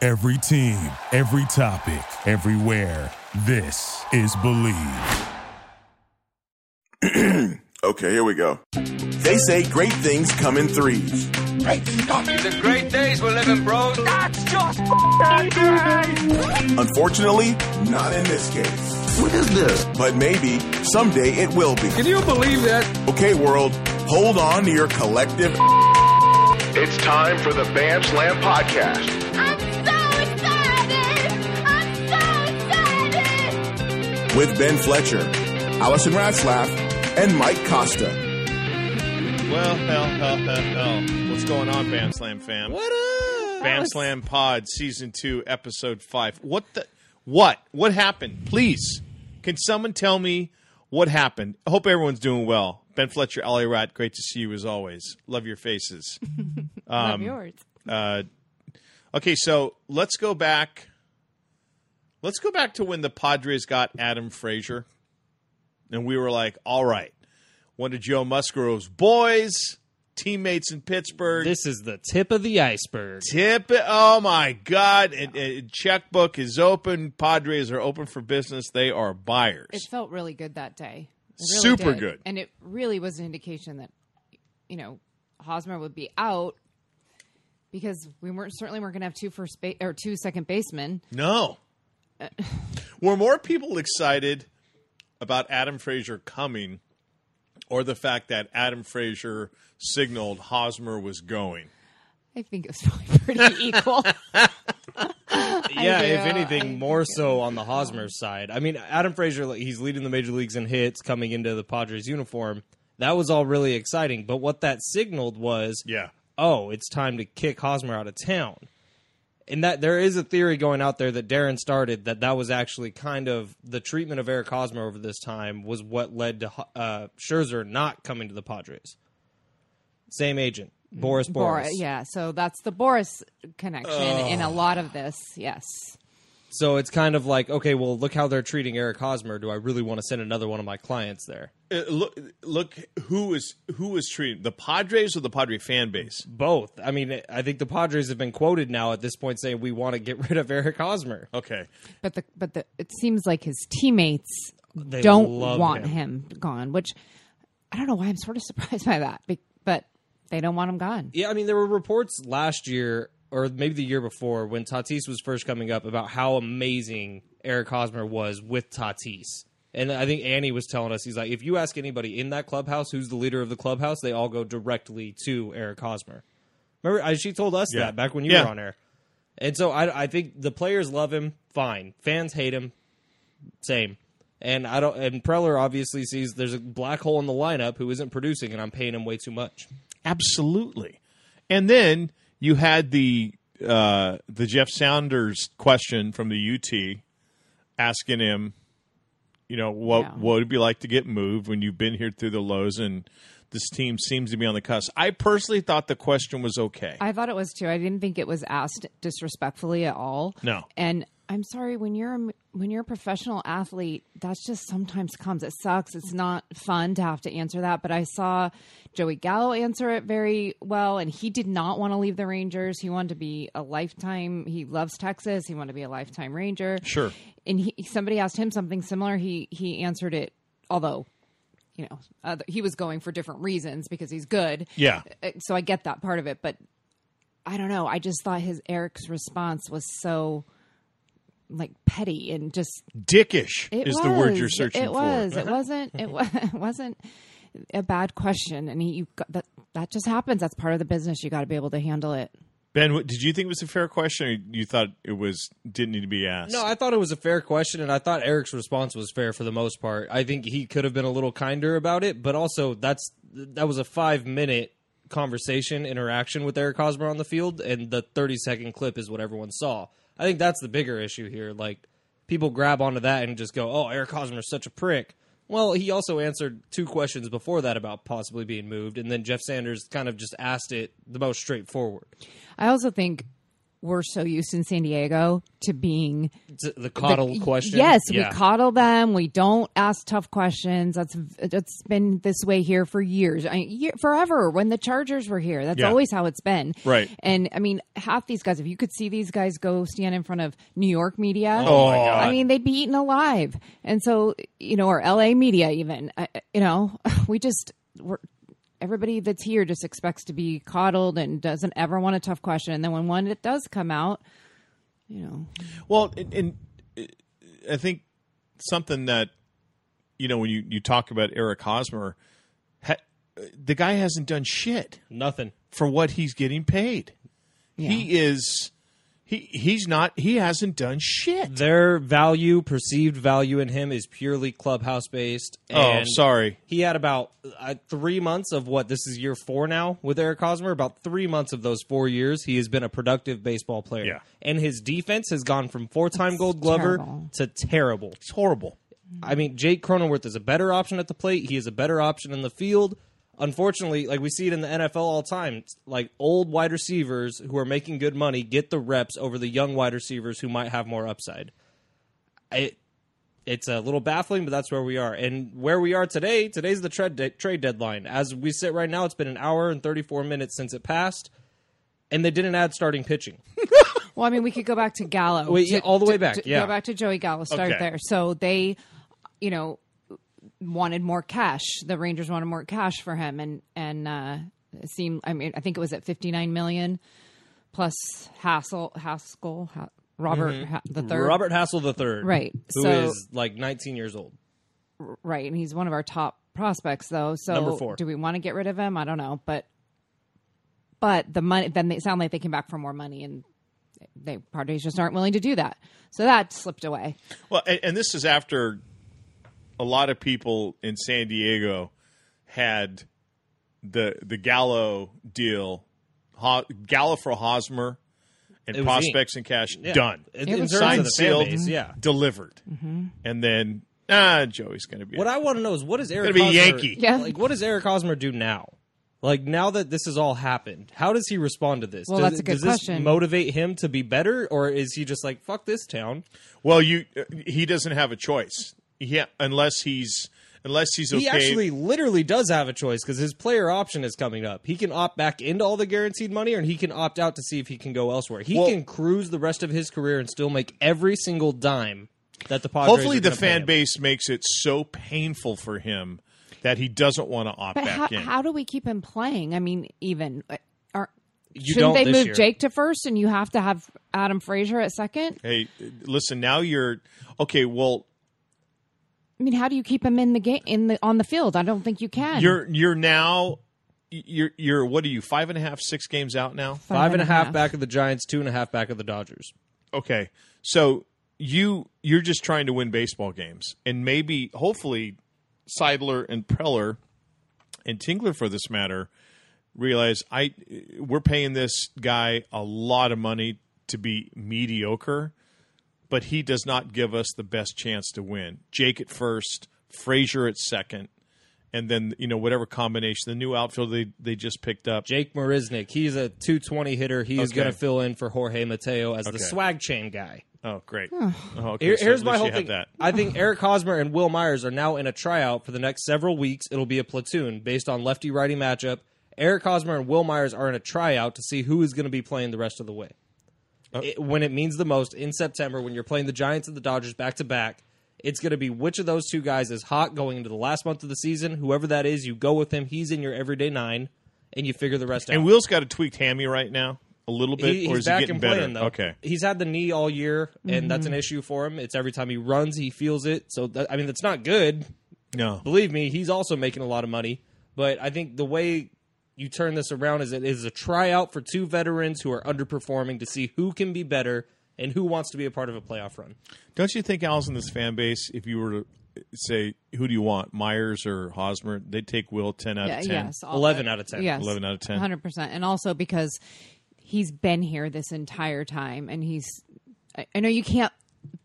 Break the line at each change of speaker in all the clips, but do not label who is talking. Every team, every topic, everywhere. This is Believe.
Okay, here we go. They say great things come in threes.
The great days we're living, bros.
Unfortunately, not in this case. What is this? But maybe someday it will be.
Can you believe that?
Okay, world, hold on to your collective.
It's time for the Bam Slam Podcast.
I'm so excited! I'm so excited!
with Ben Fletcher, Allison Ratzlaff, and Mike Costa.
Well, hell, hell, hell, hell. What's going on, Bam Slam fam? What up? Bam Slam Pod, Season 2, Episode 5. What the? What? What happened? Please, can someone tell me what happened? I hope everyone's doing well. Ben Fletcher, Ali Rat, great to see you as always. Love your faces.
Love yours.
Uh, okay, so let's go back. Let's go back to when the Padres got Adam Frazier, and we were like, "All right, one of Joe Musgrove's boys, teammates in Pittsburgh."
This is the tip of the iceberg.
Tip! Oh my God! And, and checkbook is open. Padres are open for business. They are buyers.
It felt really good that day. It
Super
did.
good.
And it really was an indication that, you know, Hosmer would be out because we weren't certainly weren't going to have two first ba- or two second basemen.
No. Were more people excited about Adam Frazier coming or the fact that Adam Frazier signaled Hosmer was going?
I think it was probably pretty equal.
yeah,
do.
if
I
anything, more so on the Hosmer side. I mean, Adam Frazier, like, he's leading the major leagues in hits coming into the Padres uniform. That was all really exciting. But what that signaled was,
Yeah.
oh, it's time to kick Hosmer out of town. And that there is a theory going out there that Darren started that that was actually kind of the treatment of Eric Hosmer over this time was what led to Ho- uh, Scherzer not coming to the Padres. Same agent, Boris Boris.
Boris. Yeah. So that's the Boris connection in a lot of this. Yes.
So it's kind of like, okay, well, look how they're treating Eric Hosmer. Do I really want to send another one of my clients there?
Uh, look, look who is who is treating the Padres or the Padre fan base?
Both. I mean, I think the Padres have been quoted now at this point saying we want to get rid of Eric Hosmer.
Okay,
But the but the it seems like his teammates
They
don't
love
want him.
him.
gone, which I don't know why I'm sort of surprised by that. be- But they don't want him gone.
Yeah, I mean, there were reports last year or maybe the year before when Tatis was first coming up about how amazing Eric Hosmer was with Tatis. And I think Annie was telling us, he's like, if you ask anybody in that clubhouse who's the leader of the clubhouse, they all go directly to Eric Hosmer. Remember, I, she told us
Yeah.
that back when you
Yeah.
were on air. And so I, I think the players love him, fine. Fans hate him, same. And I don't. And Preller obviously sees there's a black hole in the lineup who isn't producing, and I'm paying him way too much.
absolutely. And then you had the uh, the Jeff Sounders question from the UT asking him, you know, what
Yeah.
what would it be like to get moved when you've been here through the lows and this team seems to be on the cusp. I personally thought the question was okay.
I thought it was too. I didn't think it was asked disrespectfully at all.
No.
And I'm sorry when you're a m- when you're a professional athlete, that just sometimes comes. It sucks. It's not fun to have to answer that. But I saw Joey Gallo answer it very well, and he did not want to leave the Rangers. He wanted to be a lifetime. He loves Texas. He wanted to be a lifetime Ranger.
Sure.
And he, somebody asked him something similar. He he answered it, although you know uh, he was going for different reasons because he's good
Yeah.
uh, so I get that part of it, but I don't know. I just thought his Eric's response was so like petty and just
Dickish
it
is
was,
the word you're searching
It was.
for.
It wasn't. It, wa- it wasn't a bad question, and he, you got, that that just happens. That's part of the business. You got to be able to handle it.
Ben, what- did you think it was a fair question, or you thought it was didn't need to be asked?
No, I thought it was a fair question, and I thought Eric's response was fair for the most part. I think he could have been a little kinder about it, but also that's that was a five minute conversation interaction with Eric Hosmer on the field, and the thirty second clip is what everyone saw. I think that's the bigger issue here. Like people grab onto that and just go, "Oh, Eric Hosmer's such a prick." Well, he also answered two questions before that about possibly being moved, and then Jeff Sanders kind of just asked it the most straightforward.
I also think we're so used in San Diego to being
It's the coddle
the-
question.
Yes,
Yeah.
we coddle them. We don't ask tough questions. That's that's been this way here for years, I, year, forever. When the Chargers were here, that's
Yeah.
always how it's been.
Right.
And I mean, half these guys, if you could see these guys go stand in front of New York media,
Oh, my God.
I mean, they'd be eaten alive. And so you know, or LA media, even I, I- you know, we just we're. Everybody that's here just expects to be coddled and doesn't ever want a tough question. And then when one it does come out, you know,
Well, and, and uh, I think something that you know when you, you talk about Eric Hosmer, ha, the guy hasn't done shit
Nothing.
for what he's getting paid. He is he he's not he hasn't done shit.
Their value, perceived value in him, is purely clubhouse based.
Oh,
and
sorry.
He had about uh, three months of what this is year four now with Eric Hosmer. About three months of those four years, he has been a productive baseball player.
Yeah.
And his defense has gone from four time gold glover
terrible.
to terrible.
It's horrible.
I mean, Jake Cronenworth is a better option at the plate. He is a better option in the field. Unfortunately, like we see it in the NFL all the time, it's like old wide receivers who are making good money get the reps over the young wide receivers who might have more upside. It it's a little baffling, but that's where we are. And where we are today, today's the trade de- trade deadline. As we sit right now, it's been an hour and 34 minutes since it passed, and they didn't add starting pitching.
Well, I mean, we could go back to Gallo.
Wait,
to-
yeah, all the way
to-
back,
to
yeah.
Go back to Joey Gallo. Start
Okay.
there. So they, you know, wanted more cash. The Rangers wanted more cash for him, and and uh, it seemed. I mean, I think it was at fifty nine million plus Hassel Haskell Ha- Robert Ha- the third.
Mm-hmm. Robert Hassel the third,
Right.
who is
So-
like 19 years old.
right, and he's one of our top prospects, though. So
Number four.
do we want to get rid of him? I don't know, but but the money. Then they sound like they came back for more money, and they parties just aren't willing to do that. So that slipped away.
Well, and, and this is after a lot of people in San Diego had the the Gallo deal, Ho, Gallo for Hosmer, and
It was
prospects and cash done,
In,
It
in
was
terms
signed, Mm-hmm.
of the fan
sealed,
base, yeah.
delivered, and then ah, Joey's going to be
What I want to know is what is Eric
Gonna be
Hosmer,
Yankee.
Yeah.
Like what does Eric Hosmer do now? Like now that this has all happened, how does he respond to this?
Well,
does,
that's a good
does this
question.
motivate him to be better, or is he just like fuck this town?
well. You uh, he doesn't have a choice, yeah, unless he's unless he's okay.
He actually literally does have a choice because his player option is coming up. He can opt back into all the guaranteed money, or he can opt out to see if he can go elsewhere. He
Well-
can cruise the rest of his career and still make every single dime that the Padres.
Hopefully,
are
the
gonna pay
fan
him.
base makes it so painful for him that he doesn't want to opt
But
back
how,
in.
how do we keep him playing? I mean, even uh, are,
You
shouldn't
don't
they
this
move
year.
Jake to first, and you have to have Adam Frazier at second?
Hey, listen, now you're okay, well,
I mean, how do you keep him in the game in the on the field? I don't think you can.
you're you're now you're you're what are you, five and a half, six games out now?
Five and a half back of the Giants, two and a half back of the Dodgers.
Okay. So you you're just trying to win baseball games. And maybe hopefully Seidler and Preller and Tingler for this matter realize I we're paying this guy a lot of money to be mediocre, but he does not give us the best chance to win. Jake at first, Frazier at second, and then you know whatever combination the new outfield they they just picked up.
Jake Marisnik. He's a 220 hitter. He's
Okay.
going to fill in for Jorge Mateo as the
Okay.
swag chain guy.
Oh, great. Oh, okay,
Here-
so
here's
at
my
least
whole
you have
thing.
That.
I think Eric Hosmer and Will Myers are now in a tryout for the next several weeks. It'll be a platoon based on lefty righty matchup. Eric Hosmer and Will Myers are in a tryout to see who is going to be playing the rest of the way.
Oh.
It- when it means the most in September, when you're playing the Giants and the Dodgers back to back, it's going to be which of those two guys is hot going into the last month of the season. Whoever that is, you go with him. He's in your everyday nine, and you figure the rest out.
And Will's got a tweaked hammy right now, a little bit,
He- he's
or is he
back
getting
and
better?
playing though.
Okay.
he's had the knee all year, and that's an
Mm-hmm.
issue for him. It's every time he runs, he feels it. So that, I mean, that's not good.
No.
Believe me, he's also making a lot of money. But I think the way you turn this around is it is a tryout for two veterans who are underperforming to see who can be better and who wants to be a part of a playoff run.
Don't you think, Al's in this fan base, if you were to say, who do you want, Myers or Hosmer, they'd take Will 10 out
Yeah,
of 10.
yes, all-
11 out of 10.
Yes,
11 out of 10.
hundred percent, and also because he's been here this entire time, and he's. I, I know you can't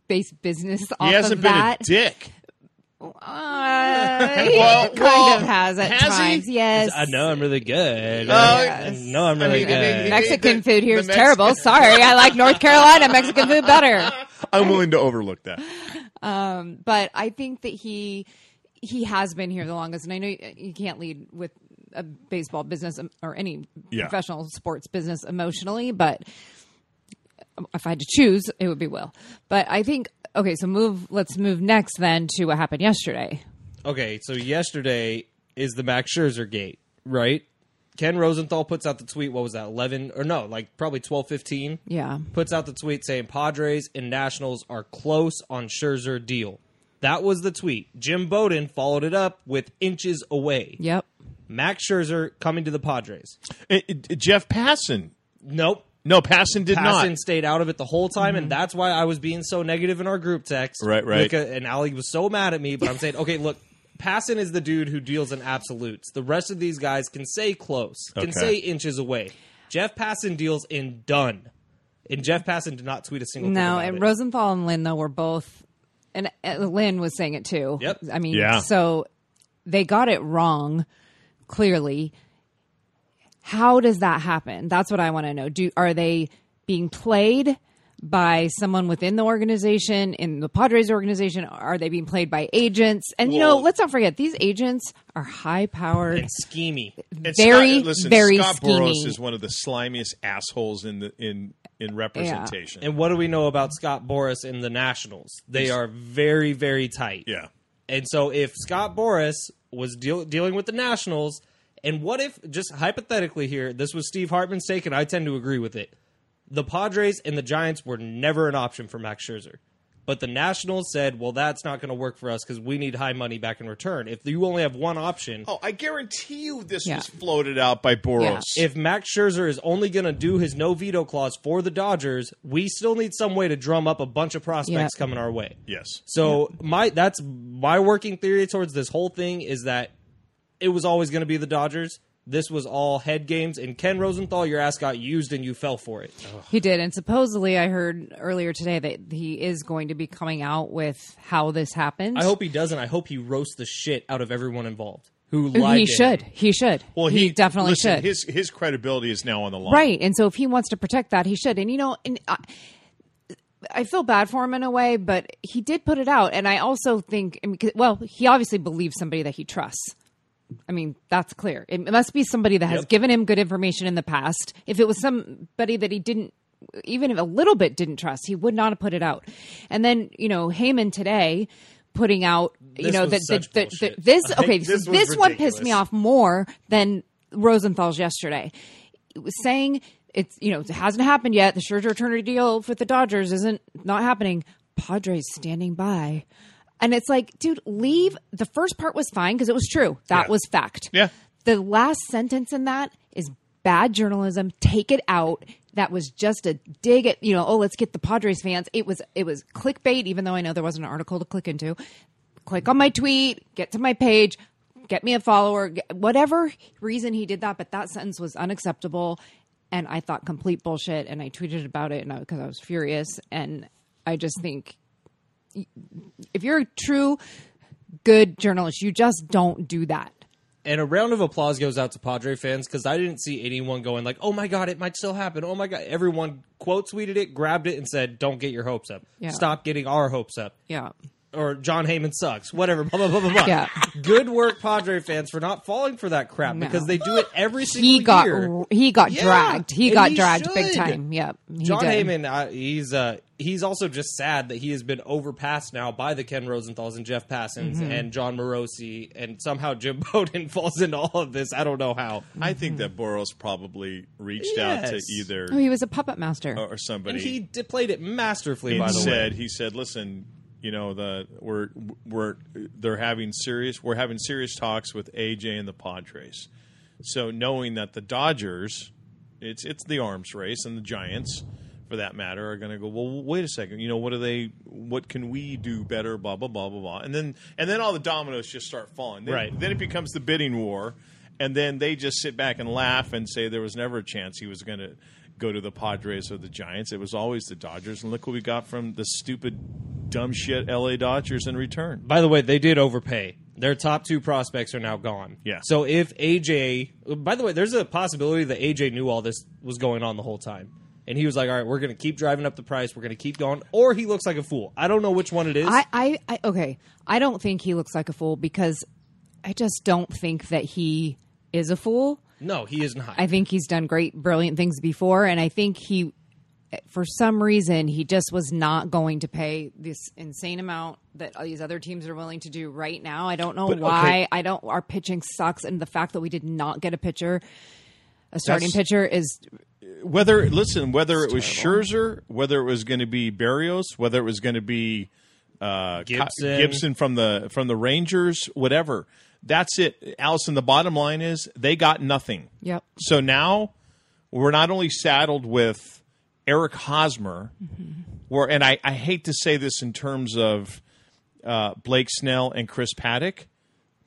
base business off
He hasn't
of
been
that,
a dick.
Uh, he
Well,
kind
well,
of has at
has he?
times. Yes.
I know I'm really good.
Oh,
I know I'm really
I mean,
good.
I mean,
Mexican
The-
food here
the
is
Mexican-
terrible. Sorry, I like North Carolina Mexican food better.
I'm willing to overlook that.
But I think that he he has been here the longest, and I know you, you can't lead with a baseball business um, or any
Yeah.
professional sports business emotionally, but if I had to choose, it would be Will. But I think okay, so move. Let's move next then to what happened yesterday.
Okay, so yesterday is the Max Scherzer gate, right? Ken Rosenthal puts out the tweet. What was that? Eleven or no? Like probably twelve, fifteen.
Yeah.
Puts out the tweet saying Padres and Nationals are close on Scherzer deal. That was the tweet. Jim Bowden followed it up with inches away.
Yep.
Max Scherzer coming to the Padres.
Uh, uh, Jeff Passan.
Nope.
No, Passan did
Passon
not. Mm-hmm.
stayed out of it the whole time, and that's why I was being so negative in our group text.
Right, right.
Because- and Ali was so mad at me, but I'm saying, okay, look, Passon is the dude who deals in absolutes. The rest of these guys can say close, can
Okay.
say inches away. Jeff Passon deals in done, and Jeff Passon did not tweet a single. thing
No,
about
and
it.
Rosenthal and Lynn though were both, and uh, Lynn was saying it too.
Yep.
I mean,
Yeah.
so they got it wrong. Clearly, how does that happen? That's what I want to know. Do are they being played by someone within the organization, in the Padres organization? Are they being played by agents? And you know,
Well-
let's not forget these agents are high powered.
and schemy.
And
very,
Scott, listen,
very
Scott Boros
scheming.
is one of the slimiest assholes in the in in representation.
And what do we know about Scott Boris and the Nationals? They are very, very tight.
Yeah.
And so if Scott Boris was deal- dealing with the Nationals, and what if, just hypothetically here, this was Steve Hartman's take, and I tend to agree with it. The Padres and the Giants were never an option for Max Scherzer. But the Nationals said, well, that's not going to work for us because we need high money back in return. If you only have one option,
Oh, I guarantee you this
Yeah.
was floated out by Boros.
if Max Scherzer is only going to do his no veto clause for the Dodgers, we still need some way to drum up a bunch of prospects
Yeah.
coming our way.
yes.
So my that's my working theory towards this whole thing is that it was always going to be the Dodgers. This was all head games, and Ken Rosenthal, your ass got used, and you fell for it.
He did, and supposedly I heard earlier today that he is going to be coming out with how this happened.
I hope he doesn't. I hope he roasts the shit out of everyone involved who
Ooh,
lied.
he
to him.
should. He should.
Well,
he,
he,
definitely
listen,
should.
His his credibility is now on the line.
right. And so if he wants to protect that, he should. And you know, and I, I feel bad for him in a way, but he did put it out. And I also think, I mean, 'cause- well, he obviously believes somebody that he trusts. I mean, that's clear. It must be somebody that has given him good information in the past. If it was somebody that he didn't, even if a little bit didn't trust, he would not have put it out. And then, you know, Heyman today putting out, you
This
know,
was
that that
such
that-
bullshit.
that- this,
Like,
okay,
this
so
was
this one pissed me
ridiculous.
off more than Rosenthal's yesterday. It was saying it's, you know, it hasn't happened yet. The Scherzer Turner deal with the Dodgers isn't not happening. Padres standing by. And it's like, dude, leave. The first part was fine because it was true. That was fact.
Yeah.
The last sentence in that is bad journalism. Take it out. That was just a dig at you know. Oh, let's get the Padres fans. It was it was clickbait. Even though I know there wasn't an article to click into. Click on my tweet. Get to my page. Get me a follower. Get, whatever reason he did that, but that sentence was unacceptable, and I thought complete bullshit. And I tweeted about it, and because I was furious, and I just think if you're a true good journalist, you just don't do that.
And a round of applause goes out to Padre fans because I didn't see anyone going like, "Oh my god, it might still happen." Oh my god, everyone quote tweeted it, grabbed it, and said, "Don't get your hopes up.
Yeah.
Stop getting our hopes up."
Yeah.
or John Heyman sucks, whatever, blah, blah, blah, blah, blah.
Yeah.
Good work, Padre fans, for not falling for that crap
No.
because they do it every single
He got
year.
he got
Yeah,
dragged. He
and
got
he
dragged big
should.
time. Yep. He
John
did.
Heyman, uh, he's uh, he's also just sad that he has been overpassed now by the Ken Rosenthal's and Jeff Passons
Mm-hmm.
and John Morosi, and somehow Jim Bowden falls into all of this. I don't know how.
I think that Boros probably reached out to
Yes.
either
Oh, he was a puppet master.
Oh,
or somebody
And he d- played it masterfully,
and
by the way.
said he said, "Listen, you know the we're we're they're having serious we're having serious talks with AJ and the Padres. So knowing that the Dodgers, it's it's the arms race and the Giants." For that matter, are going to go. Well, wait a second. You know, what are they? What can we do better? Blah blah blah blah blah. And then and then all the dominoes just start falling. Then,
Right.
Then it becomes the bidding war, and then they just sit back and laugh and say there was never a chance he was going to go to the Padres or the Giants. It was always the Dodgers. And look what we got from the stupid dumb shit LA Dodgers in return.
By the way, they did overpay. Their top two prospects are now gone.
Yeah.
So if AJ, by the way, there's a possibility that AJ knew all this was going on the whole time, and he was like, "All right, we're going to keep driving up the price. We're going to keep going." Or he looks like a fool. I don't know which one it is.
I, I, I okay. I don't think he looks like a fool because I just don't think that he is a fool.
no, he is not.
I think he's done great, brilliant things before, and I think he, for some reason, he just was not going to pay this insane amount that all these other teams are willing to do right now. I don't know
But,
why.
okay.
I don't. Our pitching sucks, and the fact that we did not get a pitcher, a starting
That's-
pitcher, is
Whether listen, whether it was Scherzer, whether it was going to be Barrios, whether it was going to be uh,
Gibson.
Gibson from the from the Rangers, whatever. That's it, Allison. The bottom line is they got nothing.
Yep.
So now we're not only saddled with Eric Hosmer, where and I, I hate to say this in terms of uh, Blake Snell and Chris Paddock,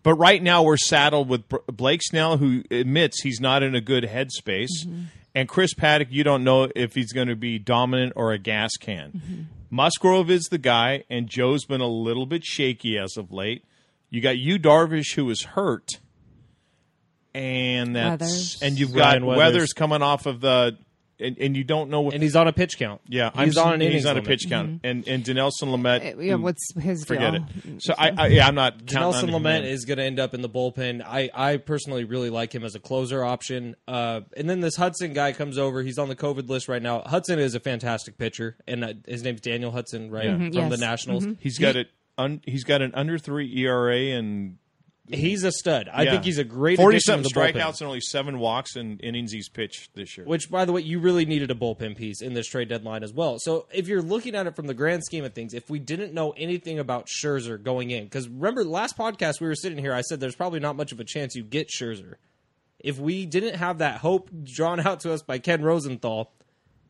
but right now we're saddled with Br- Blake Snell, who admits he's not in a good headspace,
Mm-hmm.
and Chris Paddock. You don't know if he's going to be dominant or a gas can.
Mm-hmm.
Musgrove is the guy, and Joe's been a little bit shaky as of late. You got you Darvish, who is hurt, and that's
Weathers.
and you've
Ryan
got
Weathers.
Weathers coming off of the, and, and you don't know what.
and he's on a pitch count.
yeah, I'm
he's
s-
on an innings
he's on a
limit.
pitch count, and and Denelson Lamet.
it, Mm-hmm. Uh, yeah, what's his
forget
deal? Mm,
it. So I, I yeah, I'm not counting
Nelson
on him.
Lament is going to end up in the bullpen. I, I personally really like him as a closer option. Uh, and then this Hudson guy comes over. He's on the COVID list right now. Hudson is a fantastic pitcher, and uh, his name's Daniel Hudson, right from
yes.
the Nationals.
He's got it. Un, he's got an under three ERA and
He's a stud. I
yeah.
think he's a great
forty
addition to
something
the
strikeouts
bullpen.
and only seven walks and innings he's pitched this year.
Which, by the way, you really needed a bullpen piece in this trade deadline as well. So, if you're looking at it from the grand scheme of things, if we didn't know anything about Scherzer going in, because remember last podcast we were sitting here, I said there's probably not much of a chance you get Scherzer. if we didn't have that hope drawn out to us by Ken Rosenthal,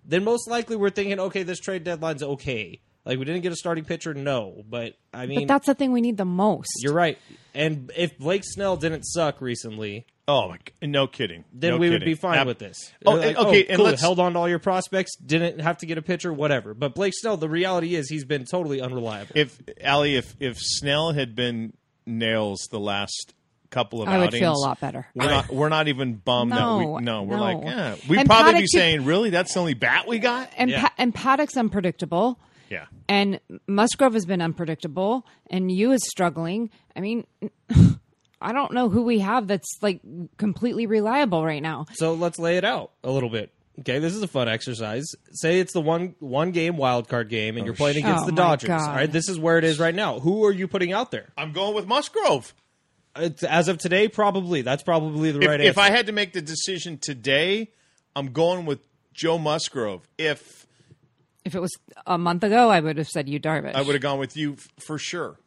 then most likely we're thinking, okay, this trade deadline's okay. Like we didn't get a starting pitcher, no. But I mean,
But that's the thing we need the most.
you're right. And if Blake Snell didn't suck recently,
oh my, g- no kidding.
then
No
we would
kidding.
be fine
Ab-
with this.
Oh,
Like,
and- okay, and
cool,
let's-
held on to all your prospects, didn't have to get a pitcher, whatever. But Blake Snell, the reality is he's been totally unreliable.
If Ali, if if Snell had been nails the last couple of
I would
outings,
feel a lot better.
We're not, we're not even bummed. that
No,
we, no, we're
no.
like, yeah, we'd
And
probably
Paddock
be
did-
saying, really, that's the only bat we got.
and
yeah,
pa- and Paddock's unpredictable.
yeah.
and Musgrove has been unpredictable, and you is struggling. I mean, I don't know who we have that's like completely reliable right now.
So let's lay it out a little bit. Okay, this is a fun exercise. Say it's the one one game wild card game, and you're playing against
Oh,
the
my
Dodgers.
God.
All right, this is where it is right now. Who are you putting out there?
I'm going with Musgrove.
It's, as of today, probably that's probably the
If,
right
if
answer.
I had to make the decision today, I'm going with Joe Musgrove. If
If it was a month ago, I would have said you Darvish.
I would have gone with you f- for sure.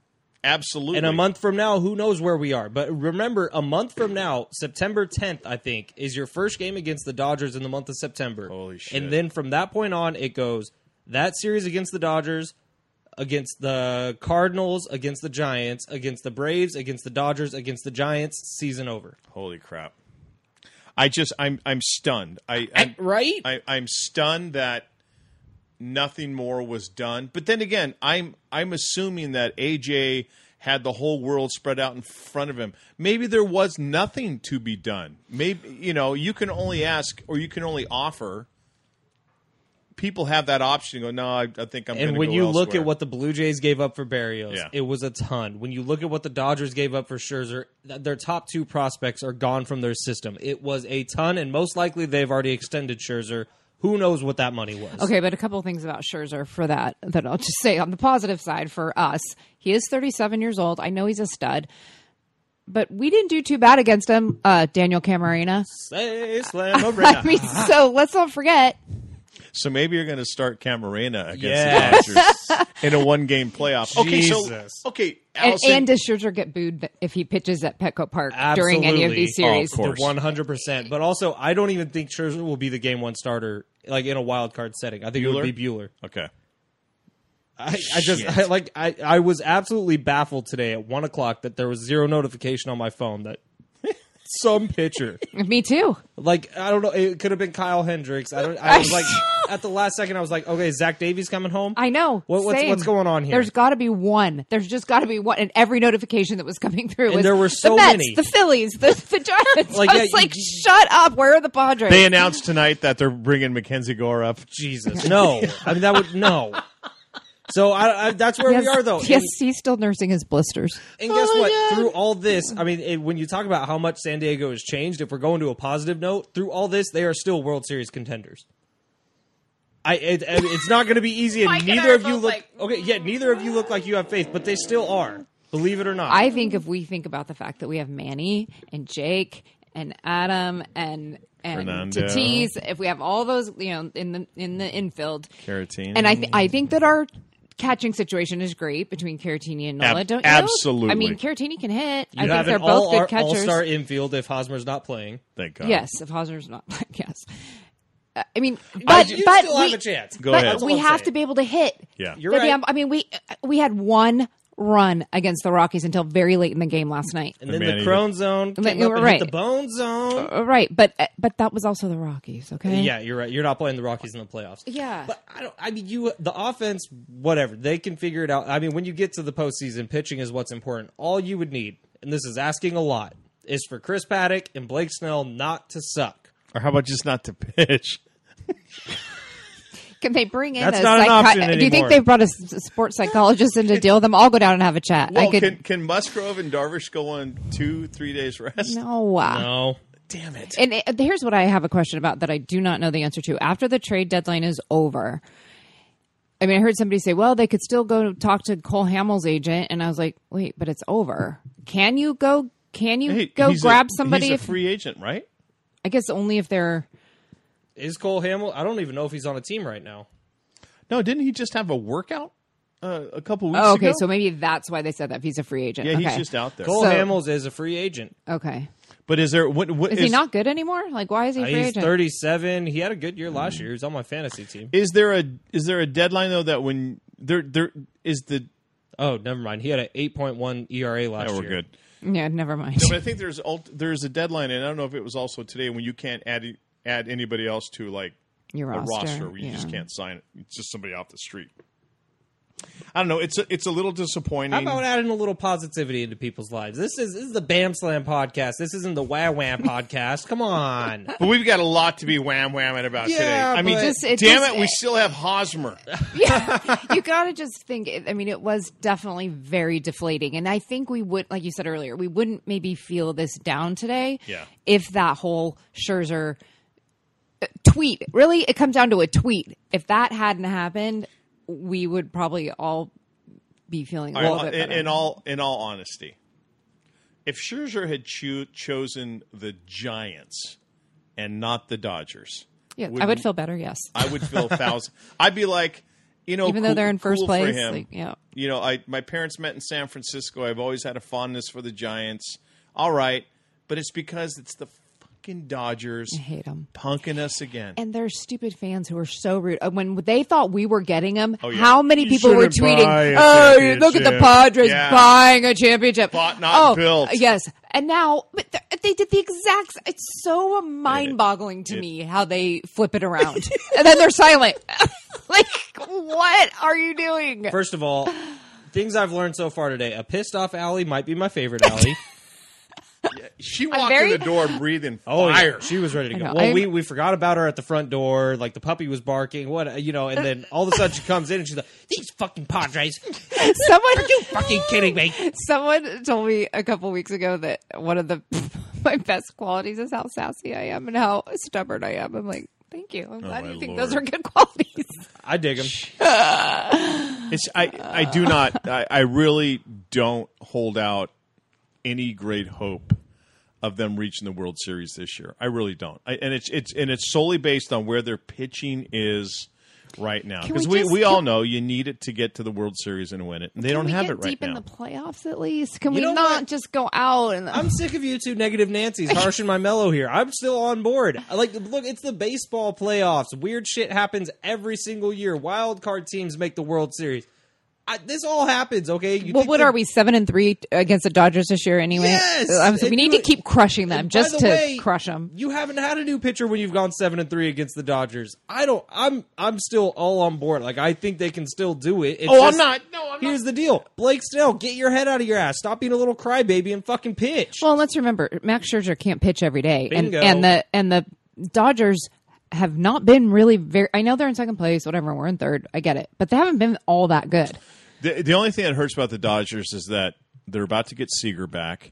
Absolutely.
and a month from now, who knows where we are? But remember, a month from now, September 10th, I think, is your first game against the Dodgers in the month of September.
Holy shit.
And then from that point on, it goes that series against the Dodgers, against the Cardinals, against the Giants, against the Braves, against the Dodgers, against the Giants. Season over.
Holy crap. I just I'm I'm stunned. I,
I-
I'm,
right?
I, I'm stunned that nothing more was done. But then again, I'm I'm assuming that AJ had the whole world spread out in front of him. Maybe there was nothing to be done. Maybe you know, you can only ask or you can only offer. People have that option to go, no, I, I think I'm
And
gonna
when
go
you look
elsewhere."
at what the Blue Jays gave up for Barrios,
Yeah.
it was a ton. When you look at what the Dodgers gave up for Scherzer, th- their top two prospects are gone from their system. It was a ton, and most likely they've already extended Scherzer. Who knows what that money was?
Okay, but a couple things about Scherzer for that that I'll just say on the positive side for us. He is 37 years old. I know he's a stud, but we didn't do too bad against him, uh, Daniel Camarena.
Say slam a
I
rap.
mean, so let's not forget.
So maybe you're going to start Camarena against
Yes.
the Dodgers in a one-game playoff. Okay,
Jesus.
so okay,
And,
Allison,
and does Scherzer get booed if he pitches at Petco Park during any of
Absolutely.
these
Oh, of
series?
course.
The 100%. But also, I don't even think Scherzer will be the game one starter like in a wild card setting. I think it
Bueller?
would be Bueller.
okay,
I, I just I, like I, I was absolutely baffled today at one o'clock that there was zero notification on my phone that some pitcher.
Me too.
Like I don't know, it could have been Kyle Hendricks. I don't. I was like at the last second, I was like, okay, Zach Davies coming home.
I know.
What- what's-
Same.
what's going on here?
There's got to be one. There's just got to be one. And every notification that was coming through,
And
was,
there were so
the Mets,
many.
The Phillies, the, the Giants.
Like,
I
yeah,
was
you-
like, shut up. Where are the Padres?
They announced tonight that they're bringing Mackenzie Gore up.
Jesus, no. I mean that would no. So I, I, that's where
yes,
we are though.
Yes, Oh,
And-
he's still nursing his blisters.
And guess what? Through all this, I mean, it, when you talk about how much San Diego has changed, if we're going to a positive note, through all this, they are still World Series contenders. I, it, it- it's not going to be easy, and
Mike and I
neither
are
of you
both
look
like,
okay. Yeah, neither of you look like you have faith, but they still are. Believe it or not,
I think if we think about the fact that we have Manny and Jake and Adam and and
Fernando.
Tatis, if we have all those, you know, in the in the infield,
Caratini.
and I th- I think that our catching situation is great between Caratini and Nola.
Ab-
don't you?
absolutely.
I mean, Caratini can hit. I
you
think
have
they're
an
both
all
good
all
catchers.
star infield if Hosmer's not playing.
Thank God.
yes, if Hosmer's not, yes. Uh, I mean, but
you
but
still
we,
have a chance.
Go
but
ahead.
we
That's all I'm
have to
saying.
be able to hit.
Yeah.
You're
the
right.
damn- I mean, we uh, we had one run against the Rockies until very late in the game last night.
And then
Man,
the
you-
Crone zone,
Like,
came up and
right.
hit the Bone zone.
Uh, right, but uh, but that was also the Rockies. Okay.
Yeah, you're right. You're not playing the Rockies in the playoffs.
Yeah.
but I don't. I mean, you the offense, whatever they can figure it out. I mean, when you get to the postseason, pitching is what's important. All you would need, and this is asking a lot, is for Chris Paddock and Blake Snell not to suck.
Or how about just not to pitch?
Can they bring in
That's
a
not an
psychi-
option
Do you
anymore.
think they brought a s- s- sports psychologist in to deal with them? I'll go down and have a chat.
Well,
I could
can, can Musgrove and Darvish go on two, three days rest?
no. uh,
No,
Damn it.
And it, here's what I have a question about that I do not know the answer to. After the trade deadline is over, I mean, I heard somebody say, well, they could still go talk to Cole Hamill's agent. And I was like, wait, but it's over. Can you go? Can you
Hey,
go
he's a-
grab somebody?
He's a
if,
free agent, right?
I guess only if they're.
is Cole Hamill? I don't even know if he's on a team right now.
No, didn't he just have a workout uh, a couple weeks
Oh,
ago?
okay. So maybe that's why they said that if he's a free agent.
yeah,
okay.
he's just out there.
Cole
So-
Hamels is a free agent.
Okay.
But is there what? what
Is, he not good anymore? Like, why is he a
Uh,
free
he's
agent?
37. He had a good year last year. He was on my fantasy team.
Is there a is there a deadline though that when there there is the oh,
Oh, never mind. He had an 8.1 ERA E last year.
Yeah, never mind.
But I think there's alt- there's a deadline, and I don't know if it was also today when you can't add add anybody else to like
Your
a
roster,
roster where you just
yeah.
can't sign it. It's just somebody off the street. I don't know. It's a, it's a little disappointing.
How about adding a little positivity into people's lives? This is this is the Bam Slam podcast. This isn't the Wah Wham podcast. Come on.
but we've got a lot to be wham whamming about
Yeah,
today. I mean,
but-
Just- it
damn
just-
it, we still have Hosmer.
yeah, you gotta just think. I mean, it was definitely very deflating, and I think we would, like you said earlier, we wouldn't maybe feel this down today.
Yeah.
If that whole Scherzer uh, tweet really, it comes down to a tweet. If that hadn't happened, we would probably all be feeling a little bit
in,
better.
in all in all honesty, if Scherzer had cho- chosen the Giants and not the Dodgers,
yeah,
would-
I would feel better. Yes,
I would feel a thousand. I'd be like, you know,
even though
cool-
they're in first
cool for
place,
him.
like, yeah.
You know, I my parents met in San Francisco. I've always had a fondness for the Giants. All right, but it's because it's the fucking Dodgers
I hate 'em.
punking us again.
And their stupid fans who are so rude. Uh, When they thought we were getting them,
Oh, yeah.
how many
You
people were
shouldn't buy
tweeting,
a
"Oh, look at the
championship."
Padres
Yeah.
buying a championship."
Bought, not
oh,
built.
Yes, and now but th- they did the exact. s- It's so mind-boggling to
it-
me how they flip it around, and then they're silent. like, what are you doing?
First of all, things I've learned so far today. A pissed off alley might be my favorite alley.
she walked
very-
in the door breathing
Oh, yeah.
fire.
she was ready to
I
go.
know.
Well,
I'm-
we, we forgot about her at the front door. Like the puppy was barking. What you know? And then all of a sudden she comes in and she's like, "These fucking Padres,
Someone,
you fucking kidding me?"
Someone told me a couple weeks ago that one of the my best qualities is how sassy I am and how stubborn I am. I'm like, thank you. I'm glad
my
you think
Lord.
those are good qualities.
I dig him.
It's, I, I do not. I, I really don't hold out any great hope of them reaching the World Series this year. I really don't. I, and it's it's and it's solely based on where their pitching is right now
Can
because
we
we, we,
just-
all
can-
know you need it to get to the World Series and win it. And they don't
Can we
have
get
it right
deep
now.
in the playoffs at least? Can
You know
we not
what?
just go out and
I'm sick of you two negative Nancy's harshing my mellow here. I'm still on board. I Like, look, it's the baseball playoffs. Weird shit happens every single year. Wild card teams make the World Series. I, this all happens, okay? You
Well,
think
what
that-
are we seven and three against the Dodgers this year anyway?
Yes!
Um, so we
And
need
you-
to keep crushing them
And by
just
the
to
way,
crush them.
You haven't had a new pitcher when you've gone seven and three against the Dodgers. I don't. I'm. I'm still all on board. Like I think they can still do it. It's
Oh, I'm
just-
not. No, I'm
Here's the deal, Blake Snell. Get your head out of your ass. Stop being a little crybaby and fucking pitch.
Well, let's remember Max Scherzer can't pitch every day,
Bingo.
and and the and the Dodgers have not been really very. I know they're in second place, whatever. We're in third. I get it, but they haven't been all that good.
The, the only thing that hurts about the Dodgers is that they're about to get Seager back,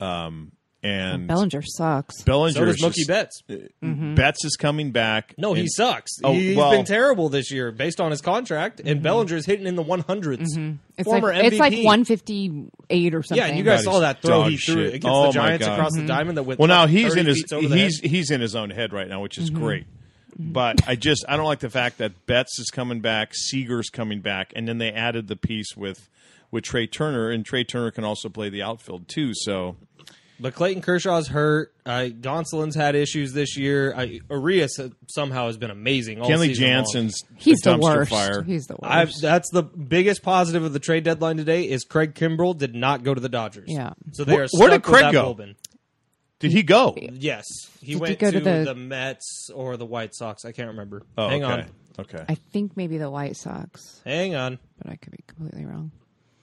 um, and
Bellinger sucks.
Bellinger
so does
is
Mookie
just- uh,
Betts.
Betts is coming back.
No, he
and-
sucks.
Oh,
He- He's
well- Mm-hmm.
been terrible this year based on his contract, and Bellinger's hitting in the 100s.
Mm-hmm. It's
Former
like it's like
MVP.
one fifty eight or something. Mm-hmm.
Yeah, and you guys
That
saw
is
that throw he
dog
threw
shit.
against
Oh,
the
my
Giants
God.
across the diamond that went
Well, now
like
he's
30
in his
feet over the
he's
head.
he's in his own head right now, which
Mm-hmm.
is great. But I just I don't like the fact that Betts is coming back, Seager's coming back, and then they added the piece with with Trey Turner, and Trey Turner can also play the outfield too. So
But Clayton Kershaw's hurt. Uh, Gonsolin's had issues this year. I, Arias uh, somehow has been amazing. All
Kenley
season long.
Jansen's
He's
the
the
dumpster
worst.
fire.
He's the worst.
I've, that's the biggest positive of the trade deadline today is Craig Kimbrell did not go to the Dodgers.
Yeah.
So they
Wh-
are stuck
where did Craig
with that
go?
bullpen.
Did he go?
Yes, he
he
went
go to
to,
the-
the... Mets or the White Sox. I can't remember.
Oh,
Hang
okay.
on.
Okay.
I think maybe the White Sox,
Hang on.
but I could be completely wrong.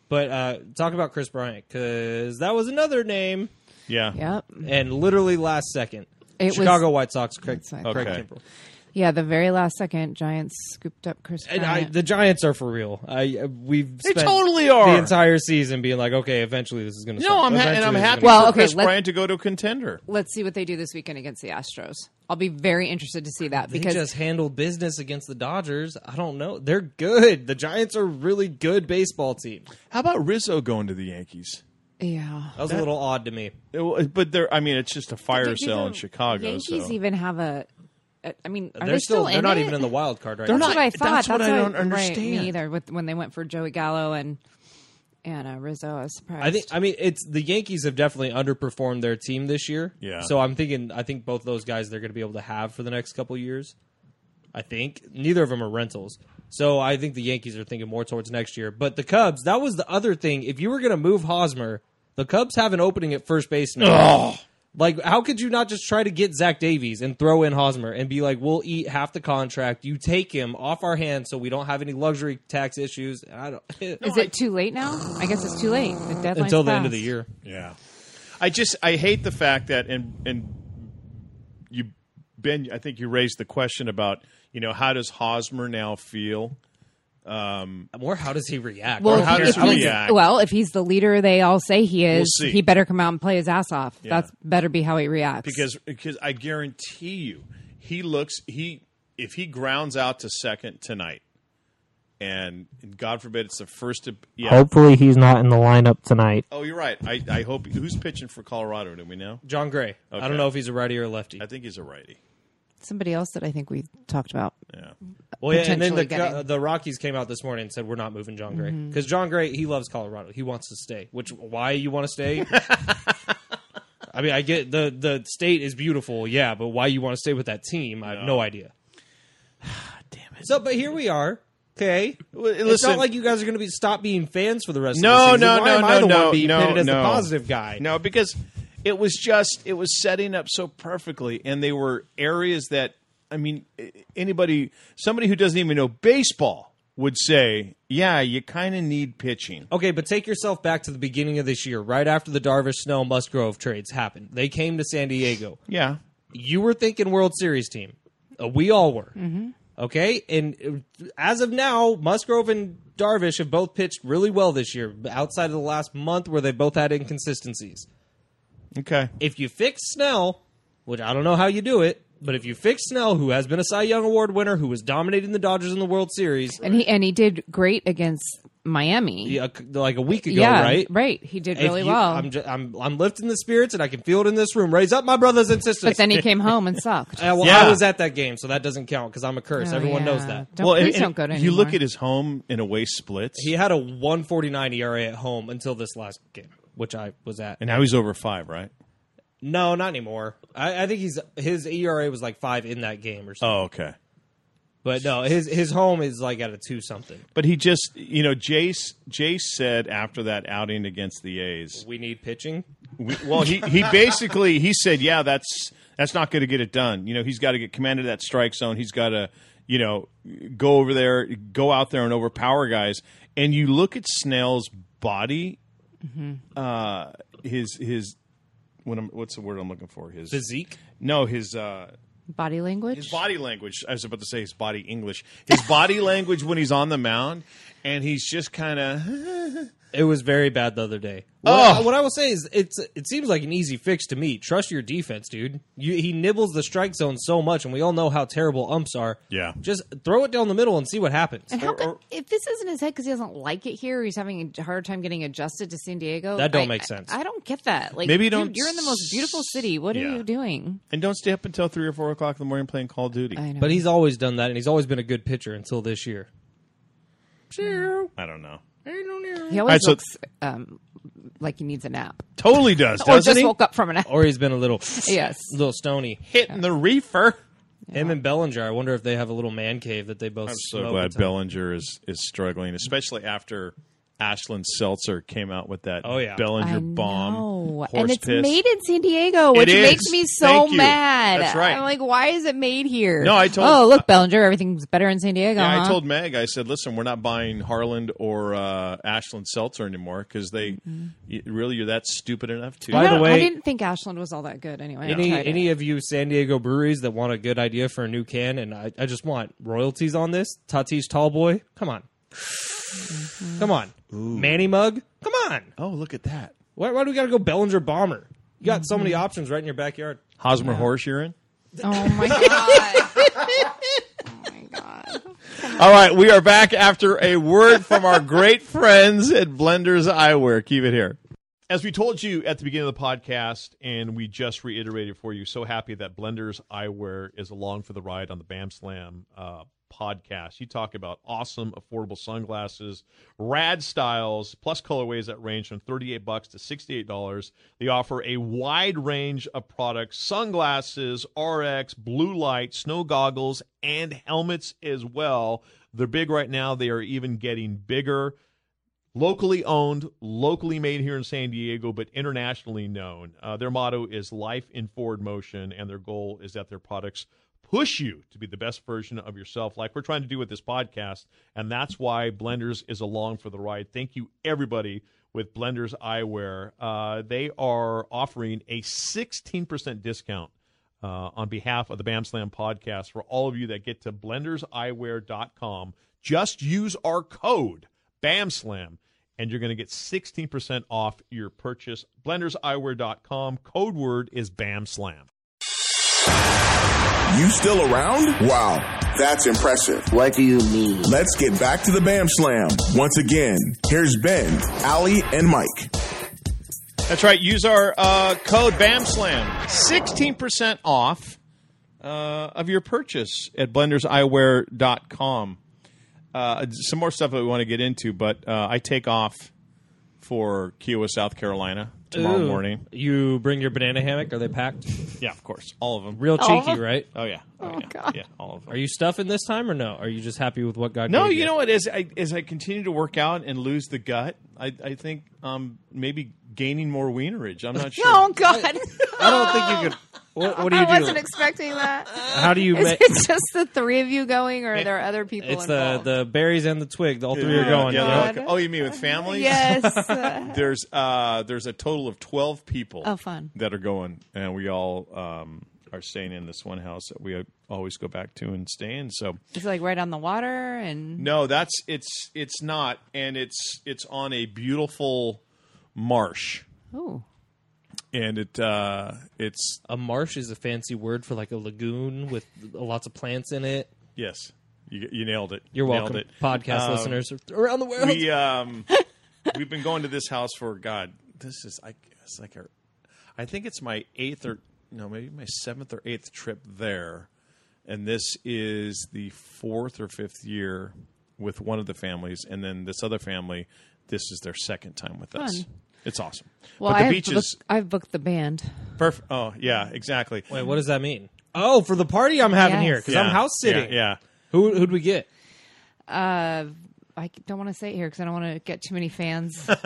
But uh, talk about Chris Bryant because that was another name,
yeah.
Yep.
and literally last second,
It was-
Chicago White Sox, Craig,
That's right.
Craig
Okay.
Kimbrell.
Yeah, the very last second, Giants scooped up Chris.
And I,
Bryant.
the Giants are for real. I uh, we've
They
spent
totally are.
the entire season being like, okay, eventually this is going to.
No, I'm ha- and I'm happy
Well,
for
okay,
Chris
let-
Bryant to go to a contender.
Let's see what they do this weekend against the Astros. I'll be very interested to see that
They
because
just handled business against the Dodgers. I don't know. They're good. The Giants are a really good baseball team.
How about Rizzo going to the Yankees?
yeah.
That was a little odd to me.
It wa- But there, I mean, it's just a fire
Did
sale in
the
Chicago.
Yankees
so.
even have a. a- I mean, are
they're
they still,
They're
in
not
it?
even in the wild card right
They're
now.
That's what I
That's
thought.
what I don't
right,
understand.
me either. With when they went for Joey Gallo and and uh, Rizzo, I was surprised.
I think. I mean, it's the Yankees have definitely underperformed their team this year.
Yeah.
So I'm thinking. I think both those guys they're going to be able to have for the next couple years. I think neither of them are rentals. So I think the Yankees are thinking more towards next year. But the Cubs. That was the other thing. If you were going to move Hosmer, the Cubs have an opening at first base now. Like, how could you not just try to get Zach Davies and throw in Hosmer and be like, we'll eat half the contract. You take him off our hands so we don't have any luxury tax issues. And I don't.
is it too late now? I guess it's too late. The deadline
until the end of the year.
Yeah. I just I hate the fact that and and you Ben I think you raised the question about, you know, how does Hosmer now feel?
More, how does he react?
Well,
Or how
if,
does
if he's,
react?
well, if he's the leader they all say he is,
see.
he better come out and play his ass off. That's better be how he reacts.
Because because I guarantee you he looks he if he grounds out to second tonight and, and God forbid it's the first to yeah.
Hopefully, he's not in the lineup tonight.
Oh, you're right. I, I hope who's pitching for Colorado, do we know?
John Gray. I
Okay. Uh,
don't know if he's a righty or a lefty.
I think he's a righty.
somebody else that I think we talked about.
Yeah.
Well, yeah, and then the
potentially getting- Mm-hmm.
the Rockies came out this morning and said we're not moving John Gray because John Gray he loves Colorado. He wants to stay. Which why you want to stay? I mean, I get the the state is beautiful, yeah, but why you want to stay with that team? I have no idea. Damn it. So, but here we are. Okay, it's
listen-
not like you guys are going to be stop being fans for the rest
No,
of the season.
no,
Why
no,
am
no,
I the
no,
one being
no,
pitted as
no.
the positive guy?
No, because it was just it was setting up so perfectly, and they were areas that I mean, a- anybody, somebody who doesn't even know baseball would say, yeah, you kind of need pitching.
Okay, but take yourself back to the beginning of this year, right after the Darvish Snell Musgrove trades happened. They came to San Diego.
Yeah,
You were thinking World Series team. Uh, we all were. Okay, and uh, as of now, Musgrove and Darvish have both pitched really well this year, but outside of the last month where they both had inconsistencies.
okay.
If you fix Snell, which I don't know how you do it, but if you fix Snell, who has been a Cy Young Award winner, who was dominating the Dodgers in the World Series
And he and he did great against Miami.
yeah, like a week ago,
yeah,
right?
He did
If
really
you-
well.
I'm, ju- I'm I'm lifting the spirits, and I can feel it in this room. Raise up, my brothers and sisters.
but then he came home and sucked.
Uh, well,
Yeah.
I was at that game, so that doesn't count because I'm a curse.
Oh,
Everyone
yeah.
knows that.
Don't,
well, and-
please
and
don't go to.
you look
anymore.
at his home and away splits,
He had a 149 ERA at home until this last game, which I was at.
and now he's over five, right?
E No, not anymore. I, I think he's his ERA was like five in that game or something.
Oh, okay.
But no, his his home is like at a two something.
But he just, you know, Jace Jace said after that outing against the A's.
We need pitching.
We, well, he he basically he said, yeah, that's that's not going to get it done. You know, he's got to get command of that strike zone. He's got to, you know, go over there, go out there and overpower guys. And you look at Snell's body, uh, his his what am, what's the word I'm looking for? His
Physique.
no, his uh,
Body language.
his body language. I was about to say his body English. His body language when he's on the mound, and he's just kind of.
It was very bad the other day. What, I, what I will say is, it's it seems like an easy fix to me. Trust your defense, dude. You, he nibbles the strike zone so much, and we all know how terrible umps are.
Yeah.
just throw it down the middle and see what happens.
And how could, if this isn't his head because he doesn't like it here, he's having a hard time getting adjusted to San Diego.
That don't
I-
make sense.
I, I don't get that. Like,
Maybe you
dude,
don't
You're in the most beautiful city. What
Yeah.
are you doing?
And don't stay up until three or four o'clock in the morning playing Call of Duty.
I know.
But he's always done that, and he's always been a good pitcher until this year.
I don't know.
he always
so-
looks um, like he needs a nap,
Totally does,
or
doesn't
just
he?
woke up from a nap.
Or he's been a little
Yes.
little stony.
Hitting the reefer.
Him and Bellinger. I wonder if they have a little man cave that they both.
I'm so
smoke
glad
a ton.
Bellinger is is struggling, especially after Ashland Seltzer came out with that
Oh, yeah.
Bellinger
I
bomb
know.
horse
and it's
piss.
made in San Diego, which
is.
makes me so
Thank you.
mad.
That's right.
I'm like, why is it made here?
No, I told- uh,
Oh, look, Bellinger, everything's better in San Diego.
Yeah, I
huh?
told Meg. I said, "Listen, we're not buying Harland or uh, Ashland Seltzer anymore because they
Mm-hmm.
y- really you're that stupid enough to."
By
I
the
don't-
way,
I didn't think Ashland was all that good anyway. I
Any
tried it.
any of you San Diego breweries that want a good idea for a new can, and I, I just want royalties on this. Tatis Tallboy, come on,
Mm-hmm.
come on. Manny Mug, come on.
oh, look at that
Why, why do we got to go Bellinger Bomber? You got so
Mm-hmm.
many options right in your backyard.
Hosmer horse urine.
Oh my god.
All right, we are back after a word from our great friends at Blenders Eyewear. Keep it here. As we told you at the beginning of the podcast, and we just reiterated for you, so happy that Blenders Eyewear is along for the ride on the Bam Slam uh, podcast. You talk about awesome, affordable sunglasses, rad styles, plus colorways that range from thirty-eight bucks to sixty-eight dollars. They offer a wide range of products: sunglasses, RX, blue light, snow goggles, and helmets as well. They're big right now. They are even getting bigger locally owned, locally made here in San Diego, but internationally known. Uh, their motto is life in forward motion, and their goal is that their products push you to be the best version of yourself, like we're trying to do with this podcast. And that's why Blenders is along for the ride. Thank you, everybody. With Blenders Eyewear, uh, they are offering a 16% discount uh, on behalf of the Bam Slam podcast for all of you that get to blenderseyewear.com. Just use our code BAMSLAM and you're going to get 16% off your purchase. Blenderseyewear.com. Code word is BAMSLAM.
You still around? Wow, that's impressive.
What do you mean?
Let's get back to the Bam Slam. Once again, here's Ben, Ali, and Mike.
That's right. Use our uh, code BAMSLAM. 16% off uh, of your purchase at blenderseyewear.com. Uh, some more stuff that we want to get into, but uh, I take off for Kiowa, South Carolina tomorrow
Ooh.
morning.
You bring your banana hammock. Are they packed?
Yeah, of course. All of them.
Real cheeky, right?
Oh yeah. Oh, yeah.
God.
Yeah, all of them.
Are you stuffing this time or no? Are you just happy with what God?
No,
gave
you know what? As I as I continue to work out and lose the gut, I, I think um maybe gaining more wienerage. I'm not sure.
Oh god.
I don't think you could. What, what do
I
you do?
wasn't expecting that.
How do you?
Is
ma-
it just the three of you going, or are there other people
it's the
involved?
the berries and the twig. All three
Yeah,
are going.
yeah,
you know?
they're all-
God.
oh, you mean with families?
yes. Uh,
There's uh there's a total of twelve people.
Oh, fun.
That are going, and we all um are staying in this one house that we always go back to and stay in. So
it's like right on the water, and
No, that's it's it's not, and it's it's on a beautiful marsh,
oh,
and it uh it's
A marsh is a fancy word for like a lagoon with lots of plants in it.
yes, you, you nailed it.
You're
Nailed
welcome,
it.
podcast
Um,
listeners around the world.
We um we've been going to this house for God. This is I guess like our, I think it's my eighth or no maybe my seventh or eighth trip there, and this is the fourth or fifth year with one of the families, and then this other family. This is their second time with us.
Fun.
It's awesome.
well,
but the
I've,
beach is
booked, I've booked the band.
Perfect. Oh yeah, exactly.
Wait, what does that mean? Oh, for the party I'm having
Yes.
here because
Yeah,
I'm house sitting.
Yeah, yeah.
Who who'd we get?
Uh, I don't want to say it here because I don't want to get too many fans.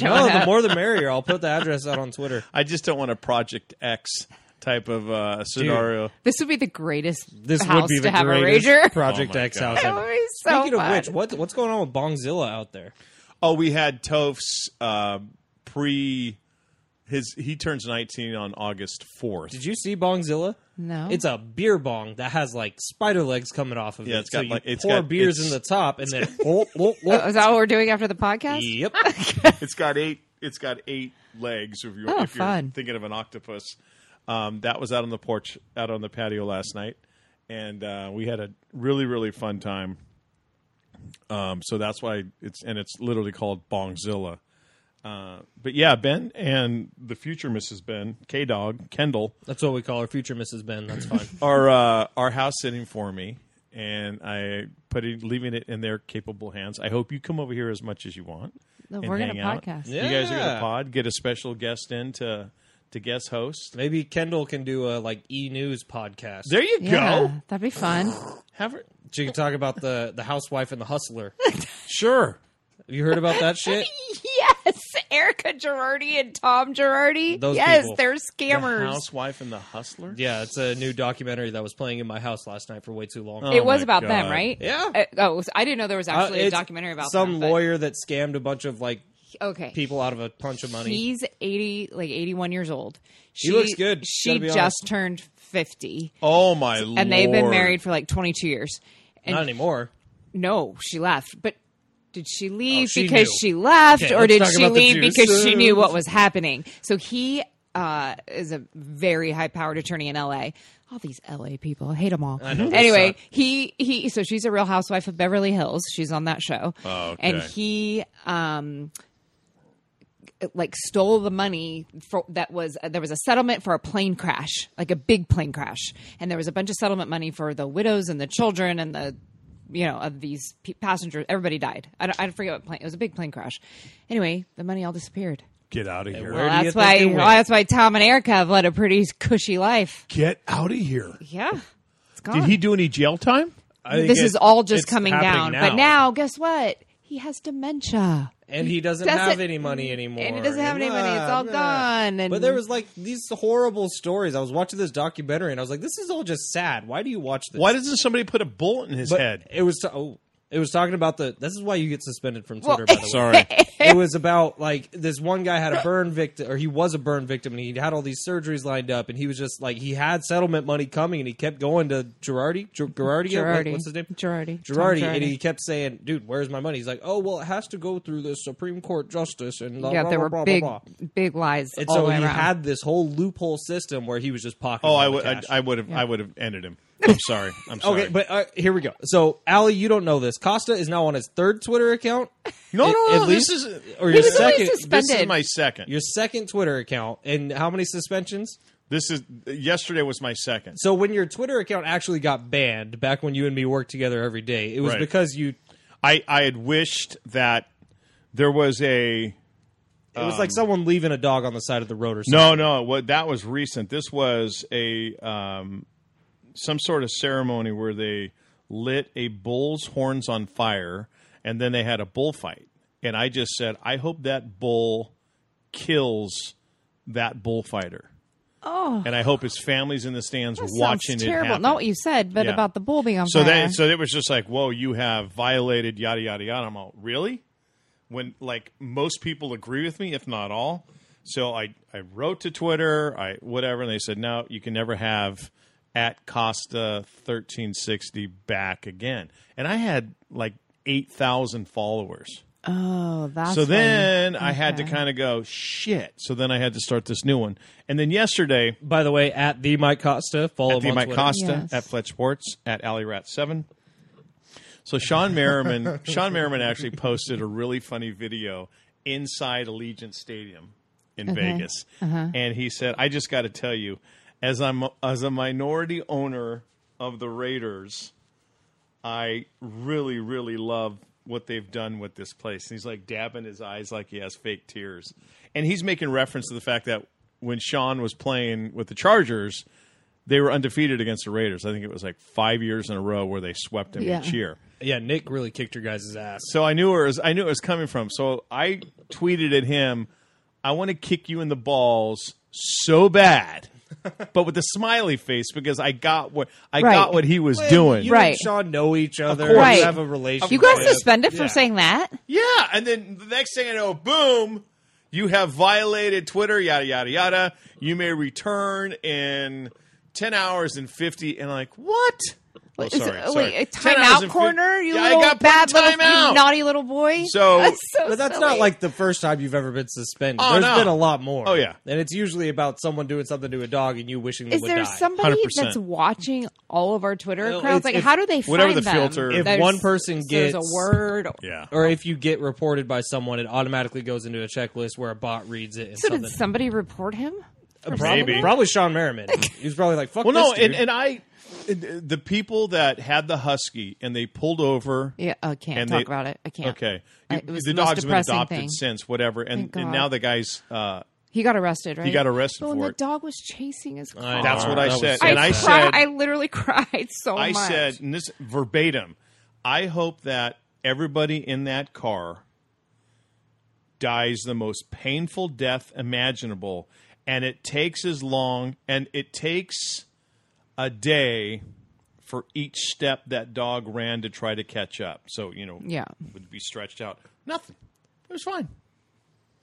No, the more the merrier. I'll put the address out on Twitter.
I just don't want a Project X type of uh, scenario.
this would be the greatest
This
house
would be
to
the
have a
greatest
rager.
Project
Oh my
X
God.
house
That would
ever.
be so
Speaking of
fun.
which, what what's going on with Bongzilla out there?
Oh, we had Tof's uh, pre his he turns 19 on August 4th.
Did you see Bongzilla?
No.
It's a beer bong that has like spider legs coming off of it.
Yeah, it's got,
so you
like- it's
pour
got-
beers
it's-
in the top and then whoop, whoop, whoop.
Oh, is that what we're doing after the podcast?
Yep.
It's got eight. It's got eight legs. If you're,
Oh,
if you're
fun.
thinking of an octopus, um, that was out on the porch, out on the patio last night, and uh, we had a really really fun time. Um, so that's why it's and it's literally called Bongzilla. Uh, but yeah, Ben and the future Mrs. Ben, K Dog, Kendall,
That's what we call her future Mrs. Ben. That's fine.
are uh, are house sitting for me, and I putting leaving it in their capable hands. I hope you come over here as much as you want.
No,
and
we're gonna
hang out.
podcast.
You guys are
Yeah.
gonna pod. Get a special guest in to to guest host.
Maybe Kendall can do a like e news podcast.
There you
Yeah,
go.
that'd be fun.
Have her.
she can talk about the the housewife and the hustler.
Sure.
Have you heard about that shit?
yes, Erica Girardi and Tom Girardi.
Those
yes,
people.
they're
The
scammers.
housewife and the hustler.
Yeah, it's a new documentary that was playing in my house last night for way too long.
it
Oh
was
my
about them,
God.
right?
Yeah.
Uh, oh, so I didn't know there was
Uh,
actually a
it's
documentary about
some
them, but-
lawyer that scammed a bunch of like
Okay,
people out of a bunch of money.
He's eighty, like eighty-one years old. She
looks good,
She
gotta be
just
honest.
turned fifty,
Oh my lord.
and they've been married for like twenty-two years. And
Not anymore.
no, she left, but. Did she leave
Oh, she
because
knew.
she left,
Okay,
or
let's
did
talk
she
about the
leave
juice.
because she knew what was happening? So he uh, is a very high-powered attorney in L.A. All these L.A. people, I hate them all.
know, they
anyway,
suck.
he he. So she's a Real Housewife of Beverly Hills. She's on that show,
Oh, okay.
and he um like stole the money for that was there was a settlement for a plane crash, like a big plane crash, and there was a bunch of settlement money for the widows and the children and the you know of these pe- passengers. Everybody died. I, don't- I forget what plane. It was a big plane crash. Anyway, the money all disappeared.
Get out of here.
Where
Well,
do you
that's
think
why.
it went?
Well, that's why Tom and Erica have led a pretty cushy life.
Get out of here.
Yeah, it's gone.
Did he do any jail time?
I think
this
it-
is all just
it's
coming down.
happening
But now, guess what? He has dementia.
and he doesn't
doesn't-
have any money anymore.
and he doesn't have any money. It's all
Blah,
gone, and-
But there was like these horrible stories. I was watching this documentary and I was like, this is all just sad. Why do you watch this?
Why doesn't somebody put a bullet in his
But
head?
It was. oh, it was talking about the. This is why you get suspended from Twitter. by the way.
Sorry.
it was about like this one guy had a burn victim or he was a burn victim and he had all these surgeries lined up and he was just like he had settlement money coming and he kept going to Girardi Gir- Girardi,
Girardi.
what's his name
Girardi. Tom
Girardi,
Girardi.
and he kept saying dude where's my money he's like oh well it has to go through the Supreme Court justice and blah,
yeah,
blah,
there
blah,
were
blah,
big,
blah, blah.
big lies.
and
all
so
the way
he
around.
had this whole loophole system where he was just pocketing
Oh,
all
I
the
would. I,
cash.
I would have. I would have ended him. I'm sorry. I'm sorry.
Okay, but uh, here we go. So, Ali, you don't know this. Costa is now on his third Twitter account.
no,
At-
no,
at
no.
least-
this is
or your
was only
second.
This is
suspended.
my second.
Your second Twitter account, and how many suspensions?
This is yesterday was my second.
So when your Twitter account actually got banned back when you and me worked together every day, it was
Right.
because you.
I I had wished that there was a
It was like someone leaving a dog on the side of the road or something.
Um, No, no. What that was recent. This was a um, some sort of ceremony where they lit a bull's horns on fire, and then they had a bullfight. And I just said, I hope that bull kills that bullfighter. Oh. And I hope his family's in the stands
That sounds
watching it
terrible.
happen.
Not what you said, but
Yeah.
about the bull being on
so
fire.
that so it was just like, whoa, you have violated yada yada yada. I'm all really when like most people agree with me, if not all. So I I wrote to Twitter, I whatever, and they said no, you can never have at Costa thirteen sixty back again. And I had like eight thousand followers.
oh, that's
So
when-
then I had to
okay.
kind of go shit. So then I had to start this new one. And then yesterday,
By the way, at the Mike Costa, follow
at the
him on
E Mike
Twitter.
Costa
Yes.
at Fletch Sports at Alley Rat Seven. So Sean Merriman, Sean Merriman actually posted a really funny video inside Allegiant Stadium in Vegas, and he said, "I just got to tell you, as I'm as a minority owner of the Raiders, I really really love." What they've done with this place. And he's like dabbing his eyes like he has fake tears. And he's making reference to the fact that when Sean was playing with the Chargers, they were undefeated against the Raiders. I think it was like five years in a row where they swept them
Yeah.
each year.
Yeah, Nick really kicked your guys' ass.
So I knew where it was, I knew it was coming from. So I tweeted at him, "I want to kick you in the balls so bad." but with a smiley face because I got what I
Right.
got what he was doing.
You
Right.
and Sean know each other.
course.
Right.
You have a relationship.
You got suspended for
Oh, Yeah.
saying that?
Yeah, and then the next thing I know, boom, you have violated Twitter, yada yada yada. You may return in ten hours and fifty, and like what? Oh,
Wait, is-
sorry,
oh,
sorry.
wait, a
10 hours
timeout
and
corner?
50
You
yeah,
little
I got put in
bad little
timeout.
you naughty little boy.
So-
that's so
But that's
silly.
not like the first time you've ever been suspended.
Oh,
There's
no.
been a lot more.
Oh, yeah.
and it's usually about someone doing something to a dog and you wishing they
Is
would
there
die.
somebody
100%.
that's watching all of our Twitter
Well,
crowds?
it's-
Like,
if-
how do they
whatever
find
the
them?
filter- If
There's-
one person
there's
gets-
a word, or-
Yeah.
or if you get reported by someone, it automatically goes into a checklist where a bot reads it. And
so
something.
did somebody report him? for
probably,
Maybe.
probably Sean Merriman. he was probably like, "Fuck
Well,
this
no, and,
dude."
and I, the people that had the husky and they pulled over.
Yeah, oh, I can't
And
talk
they-
about it. I can't.
Okay,
I-
You-
it was
the,
the most
dog's been
depressing
adopted
thing.
since whatever, and,
Thank
and
God.
now the guy's. Uh,
He got arrested, right?
got arrested
Well, and
for
the
it.
dog was chasing his car.
I know.
That's what I
That was
said,
so
and I
sad.
said-
cried- I literally cried so
I
much.
said, and this verbatim, I hope that everybody in that car dies the most painful death imaginable, and it takes as long, and it takes a day for each step that dog ran to try to catch up. So you know,
Yeah.
would be stretched out. Nothing. It was fine.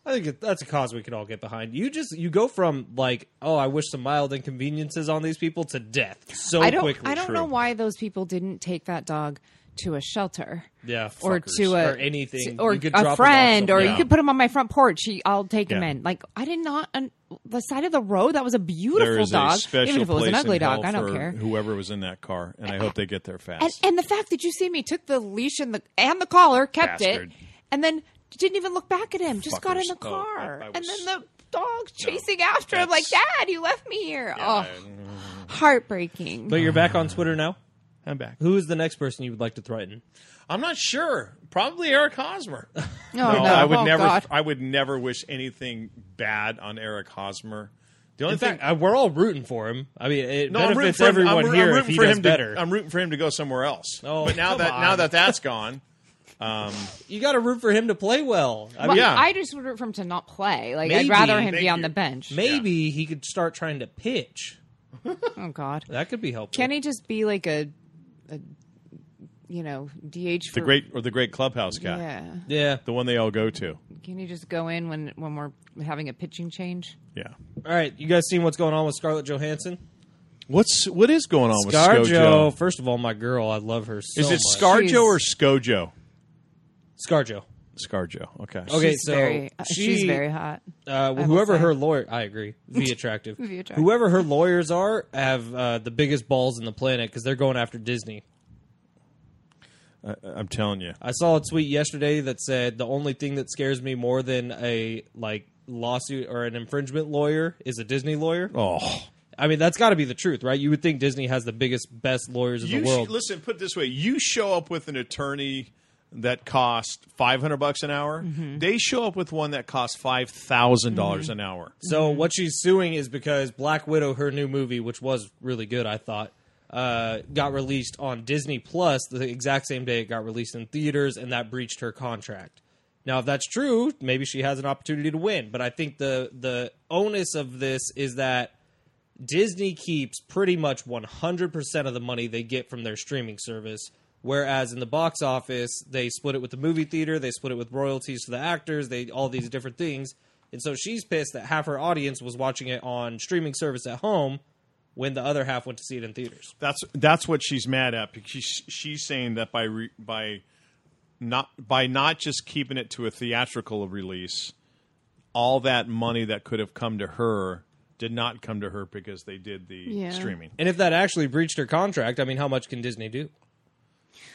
I think it- that's a cause we can all get behind. You just you go from like, "Oh, I wish some mild inconveniences on these people" to death so
I don't.
quickly.
I don't
True.
know why those people didn't take that dog to a shelter.
Yeah,
or
fuckers.
to a
Or anything.
to- or
You could drop 'em
a
off
friend, or you
somewhere.
could put him on my front porch. He, I'll take him
Yeah.
in. Like I did not on the side of the road. That was a beautiful
there is
dog,
a special
even if it was an
place in
ugly dog.
hell
I don't
for
care.
Whoever was in that car, and I hope they get there fast.
And, and the fact that you see me took the leash and the and the collar, kept
Bastard.
it, and then didn't even look back at him. Just got in
Fuckers.
the
Oh,
car,
I- I
and
was-
then the dog chasing after him, like
that's-
Dad, you left me here. oh, heartbreaking.
But you're back on Twitter now.
I'm back.
Who is the next person you would like to threaten?
I'm not sure. Probably Eric Hosmer.
no,
No, I would
Oh,
never.
God.
I would never wish anything bad on Eric Hosmer. The only
In
thing,
fact, I, we're all rooting for him. I mean, it
no, I'm rooting
benefits
for him-
everyone
I'm, roo-
here
I'm
if
rooting
he
for
does
him
better.
To, I'm rooting for him to go somewhere else.
Oh,
but now
come
that
on.
now that that's gone,
you got to root for him to play well. I
Well,
mean,
yeah.
I just would root for him to not play. Like I'd
Maybe.
rather him
Thank
be on
you.
the bench.
maybe he could start trying to pitch.
Oh God.
That could be helpful.
Can he just be like a, a you know, DH for
the great or the great clubhouse guy,
Yeah.
Yeah.
the one they all go to.
Can he just go in when when we're having a pitching change?
Yeah.
All right. You guys seen what's going on with Scarlett Johansson?
What's what is going on with
ScarJo.
ScoJo?
First of all, my girl, I love her so
Is it
much.
ScarJo or
She's-
ScoJo?
ScarJo.
ScarJo. Okay.
Okay,
she's
so
very, uh, she's
she-
very hot.
Uh,
will
whoever
say.
her lawyer, I agree, be attractive.
Be attractive.
Whoever her lawyers are have uh, the biggest balls in the planet because they're going after Disney.
I'm telling you.
I saw a tweet yesterday that said the only thing that scares me more than a like lawsuit or an infringement lawyer is a Disney lawyer.
Oh.
I mean, that's got to be the truth, right? You would think Disney has the biggest, best lawyers in
You
the world.
sh- listen, put it this way: you show up with an attorney that costs five hundred bucks an hour. They show up with one that costs five dollars an hour.
So what she's suing is because Black Widow, her new movie, which was really good, I thought, uh, got released on Disney Plus the exact same day it got released in theaters, and that breached her contract. Now, if that's true, maybe she has an opportunity to win. But I think the the onus of this is that Disney keeps pretty much 100% of the money they get from their streaming service. Whereas in the box office, they split it with the movie theater, they split it with royalties to the actors, they all these different things. And so she's pissed that half her audience was watching it on streaming service at home when the other half went to see it in theaters.
That's that's what she's mad at because she's, she's saying that by re, by not by not just keeping it to a theatrical release, all that money that could have come to her did not come to her because they did the
Yeah.
streaming.
And if that actually breached her contract, I mean, how much can Disney do?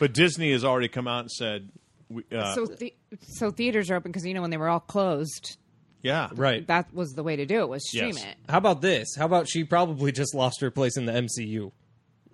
But Disney has already come out and said, we, uh,
so the, so theaters are open because you know when they were all closed,
"Yeah,
Right.
that was the way to do it was stream
Yes.
it.
How about this? How about she probably just lost her place in the MCU?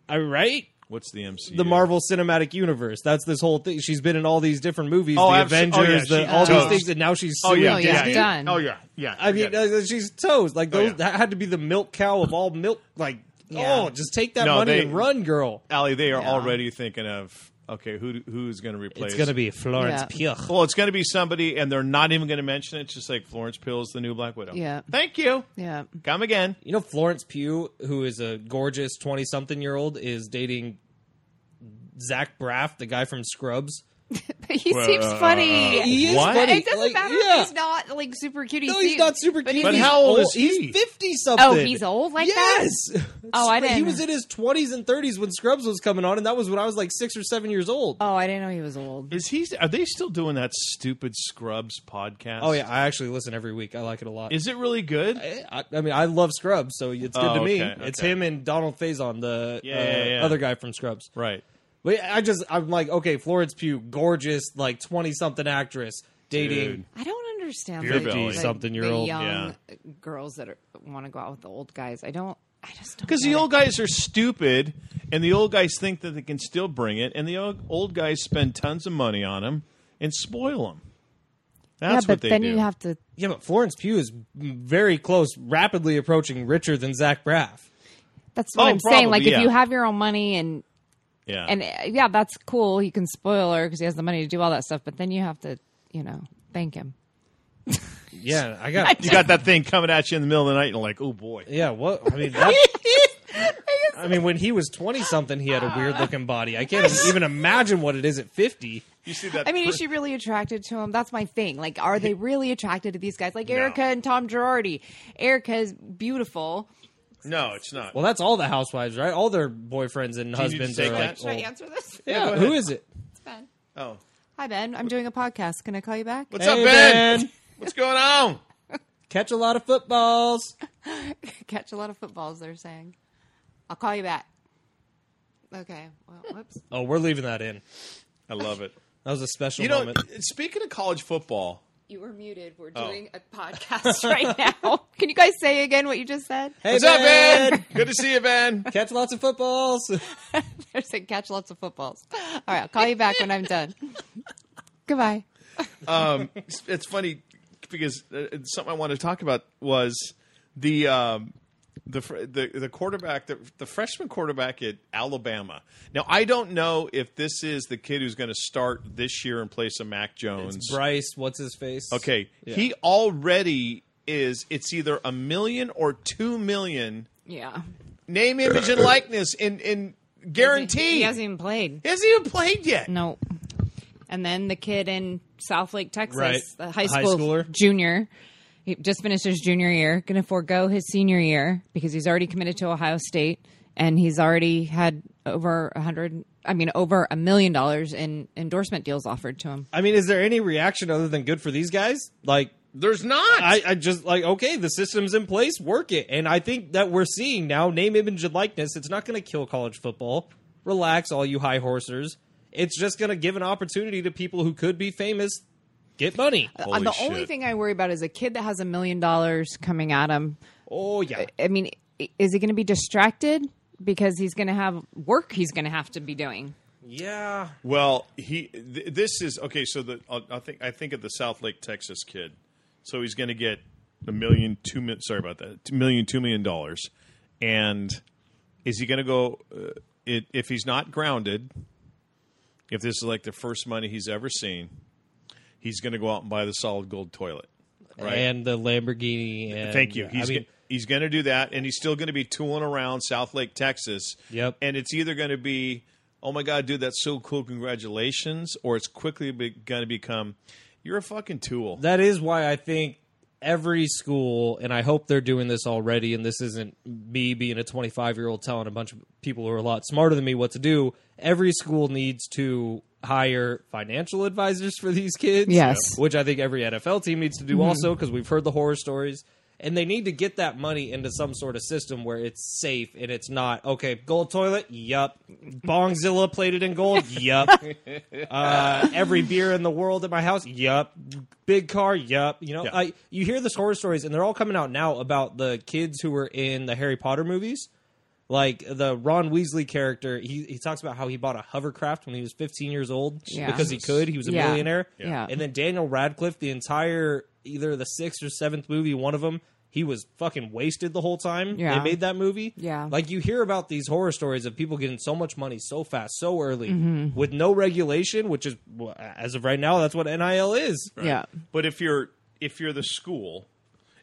I Uh, right?
what's the MCU?
the Marvel Cinematic Universe. That's this whole thing. She's been in all these different movies,
Oh,
the
abso- oh,
Avengers,
yeah,
the,
she's
all
toast.
these things, and now she's
Oh
suing
yeah,
yeah,
Disney.
yeah. done.
Oh yeah, yeah.
I mean,
yeah.
uh, she's toast. Like
Oh,
those,
yeah.
that had to be the milk cow of all milk, like Oh, just take that
No,
money
they-
and run, girl.
Allie, they are already thinking of okay, who who's going to replace?
It's going to be Florence
Yeah.
Pugh.
well, it's going to be somebody, and they're not even going to mention it. It's just like Florence Pugh is the new Black Widow.
Yeah.
thank you.
Yeah.
Come again.
You know, Florence Pugh, who is a gorgeous 20 something year old, is dating Zach Braff, the guy from Scrubs.
he seems
uh,
funny.
He is
What?
funny.
It doesn't
Like,
matter
yeah.
if he's not like super cute. He
No, he's
seems-
not super
but
cute.
he's-
But how old is he?
He's 50 something.
Oh, he's old like that?
yes.
Oh, I
But He
didn't-
was in his 20s and 30s when Scrubs was coming on, and that was when I was like six or seven years old.
Oh, I didn't know he was old.
Is he? Are they still doing that stupid Scrubs podcast?
Oh, yeah. I actually listen every week. I like it a lot.
Is it really good?
I, I mean, I love Scrubs, so it's good
Oh,
to me.
okay,
It's
okay.
him and Donald Faison, the
Yeah,
uh,
yeah, yeah.
other guy from Scrubs.
Right.
But I just, I'm like, okay, Florence Pugh, gorgeous, like 20 something actress, dating.
I don't understand
Beer
the-
belly.
the-
50-something-year-old,
the young
yeah.
girls that are, want to go out with the old guys. I don't. I just don't.
Because the
get
old
it.
guys are stupid, and the old guys think that they can still bring it, and the old, old guys spend tons of money on them and spoil them.
Yeah,
That's
but
what they
then
do.
you have to.
Yeah, but Florence Pugh is very close, rapidly approaching richer than Zach Braff.
That's what
Oh,
I'm saying. Like
probably,
if
yeah.
you have your own money and
yeah.
and uh, yeah, that's cool. He can spoil her because he has the money to do all that stuff. But then you have to, you know, thank him.
Yeah, I got.
you got that thing coming at you in the middle of the night, and you're like, oh boy.
yeah, what? I mean, that, I mean, when he was twenty something, he had a weird looking body. I can't even imagine what it is at fifty.
You see that?
I mean,
per-
is she really attracted to him? That's my thing. Like, are they really attracted to these guys? Like Erica and Tom Girardi. Erica is beautiful.
no, it's not.
Well, that's all the housewives, right? All their boyfriends and
you
husbands
just take
are like.
that?
Should I
old.
answer this?
Yeah,
go
who
ahead.
is it?
Ben.
oh,
Hi Ben, I'm doing a podcast. Can I call you back?
what's
Hey,
up, ben?
Ben.
What's going on?
Catch a lot of footballs.
Catch a lot of footballs. They're saying, I'll call you back. Okay. Well, whoops.
Oh, we're leaving that in.
I love it.
That was a special
You know,
moment.
speaking of college football,
You were muted. We're doing a podcast right now. Oh. Can you guys say again what you just said?
Hey,
what's up, Ben? Good to see you, Ben.
Catch lots of footballs.
They're saying catch lots of footballs. All right, I'll call you back when I'm done. Goodbye.
Um, it's, it's funny because uh, it's something I wanted to talk about was the um, the fr- the the quarterback the, the freshman quarterback at Alabama. Now I don't know if this is the kid who's going to start this year in place of Mac Jones.
Bryce, what's his face?
Okay,
Yeah.
he already is. It's either a million or two million
Yeah.
name, image, and likeness in in guarantee.
He hasn't even played.
He hasn't even played yet.
No. And then the kid in Southlake, Texas,
Right.
the high
High
school
schooler.
junior, he just finished his junior year, going to forego his senior year because he's already committed to Ohio State and he's already had over a hundred. I mean, over a million dollars in endorsement deals offered to him.
I mean, is there any reaction other than good for these guys? Like,
There's not.
I, I just like okay, the system's in place, work it, and I think that we're seeing now name, image, and likeness. It's not going to kill college football. Relax, all you high horsers. It's just going to give an opportunity to people who could be famous get money.
Holy
the
shit.
only thing I worry about is a kid that has a million dollars coming at him.
Oh yeah,
I mean, i- is he going to be distracted because he's going to have work he's going to have to be doing?
yeah.
Well, he th- this is okay. So the I I think I think of the South Lake Texas kid. So he's going to get a million two million. Sorry about that. Two million two million dollars. And is he going to go? Uh, it, if he's not grounded, if this is like the first money he's ever seen, he's going to go out and buy the solid gold toilet. Right.
And the Lamborghini. And, uh,
Thank you.
I
He's
mean,
go- he's going to do that, and he's still going to be tooling around South Lake, Texas.
Yep.
And it's either going to be, oh my god, dude, that's so cool, congratulations, or it's quickly be- going to become, you're a fucking tool.
That is why I think every school, and I hope they're doing this already, and this isn't me being a 25 year old telling a bunch of people who are a lot smarter than me what to do. Every school needs to hire financial advisors for these kids.
Yes.
Which I think every NFL team needs to do also because we've heard the horror stories. And they need to get that money into some sort of system where it's safe and it's not, okay, gold toilet? Yup. Bongzilla plated in gold? Yup. Uh, every beer in the world at my house. Yup. Big car. Yup. You know,
Yeah.
I, you hear this horror stories, and they're all coming out now about the kids who were in the Harry Potter movies. Like the Ron Weasley character, he, he talks about how he bought a hovercraft when he was 15 years old
Yeah.
because he could. He was a
Yeah.
millionaire.
Yeah.
And then Daniel Radcliffe, the entire either the sixth or seventh movie, one of them, He was fucking wasted the whole time.
Yeah.
They made that movie.
Yeah.
Like you hear about these horror stories of people getting so much money so fast, so early,
Mm-hmm.
with no regulation, which is well, as of right now, that's what NIL is.
Yeah.
But if you're if you're the school,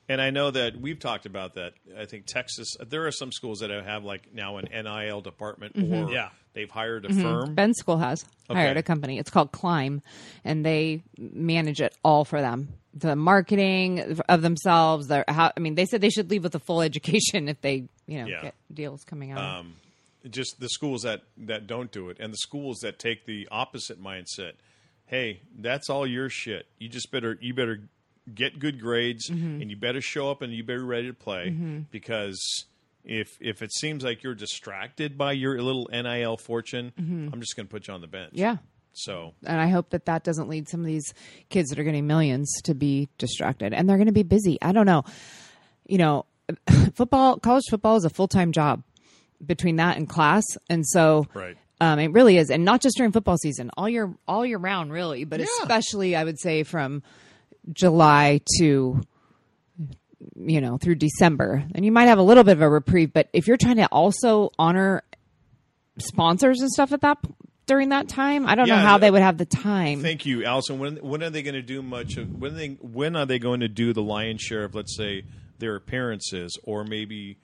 and I know that we've talked about that. I think Texas. There are some schools that have like now an NIL department, or
Mm-hmm. Yeah. Mm-hmm.
they've hired a firm.
Ben's school has hired
Okay.
a company. It's called Climb, and they manage it all for them. The marketing of themselves. Their how, I mean, they said they should leave with a full education if they, you know,
Yeah. Um,
get deals coming out.
Just the schools that that don't do it, and the schools that take the opposite mindset. Hey, that's all your shit. You just better you better get good grades, and you better show up, and you better be ready to play because. If if it seems like you're distracted by your little NIL fortune, I'm just going to put you on the bench.
yeah.
So
And I hope that that doesn't lead some of these kids that are getting millions to be distracted, and they're going to be busy. I don't know. You know, football, college football is a full time job between that and class, and so
Right.
Um, it really is, and not just during football season, all year, all year round, really. But especially, I would say from July to you know through December, and you might have a little bit of a reprieve. But if you're trying to also honor sponsors and stuff at that during that time, I don't know
Yeah,
how
and-
they would have the time.
Thank you, Allison. When when are they going to do much of when they when are they going to do the lion's share of let's say their appearances or maybe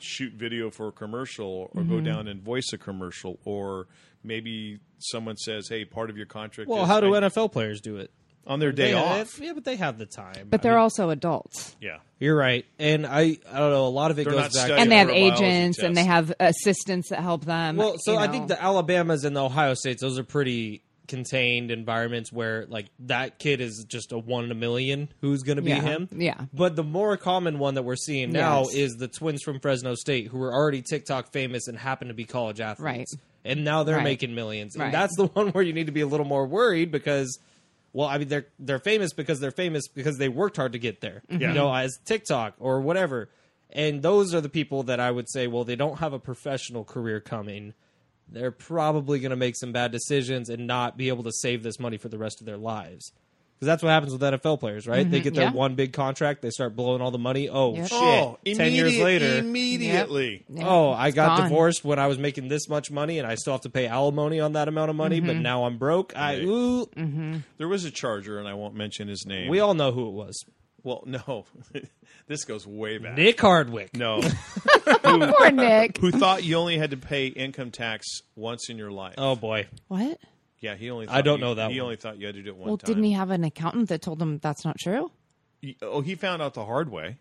shoot video for a commercial or
Mm-hmm.
go down and voice a commercial or maybe someone says, "Hey, part of your contract."
Well,
is
how do
I-
NFL players do it?
on their day
They-
off?
Yeah, but they have the time.
but
I
they're
mean,
also adults.
Yeah,
You're right, and I I don't know. A lot of it
They're not
goes back.
studying.
and they
for
have
a biology
agents and they
test.
have assistants that help them.
Well, so
you
I
know.
think the Alabamas and the Ohio States, those are pretty contained environments where like that kid is just a one in a million who's going to be
Yeah,
him.
yeah.
But the more common one that we're seeing now
Yes.
is the twins from Fresno State who were already TikTok famous and happen to be college athletes.
Right.
And now they're
Right.
making millions.
Right.
And that's the one where you need to be a little more worried because well, I mean they're they're famous because they're famous because they worked hard to get there.
Mm-hmm.
You know, as TikTok or whatever. And those are the people that I would say, well, they don't have a professional career coming. They're probably going to make some bad decisions and not be able to save this money for the rest of their lives. Because that's what happens with NFL players, right? they get their
Mm-hmm. yeah.
one big contract, they start blowing all the money. Oh
Yep.
shit! Ten years later,
immediately.
Yeah,
oh, I
it's
got
gone.
divorced when I was making this much money, and I still have to pay alimony on that amount of money.
Mm-hmm.
But now I'm broke. I
Right.
ooh,
There was a charger, and I won't mention his name.
we all know who it was.
well, no, this goes way back.
Nick Hardwick.
No,
Poor Nick.
who thought you only had to pay income tax once in your life?
Oh boy.
What?
Yeah, he only. Thought
I don't
you-
know that
He
one.
only thought you had to do it one
Well,
time.
didn't he have an accountant that told him that's not true?
he? Oh, he found out the hard way,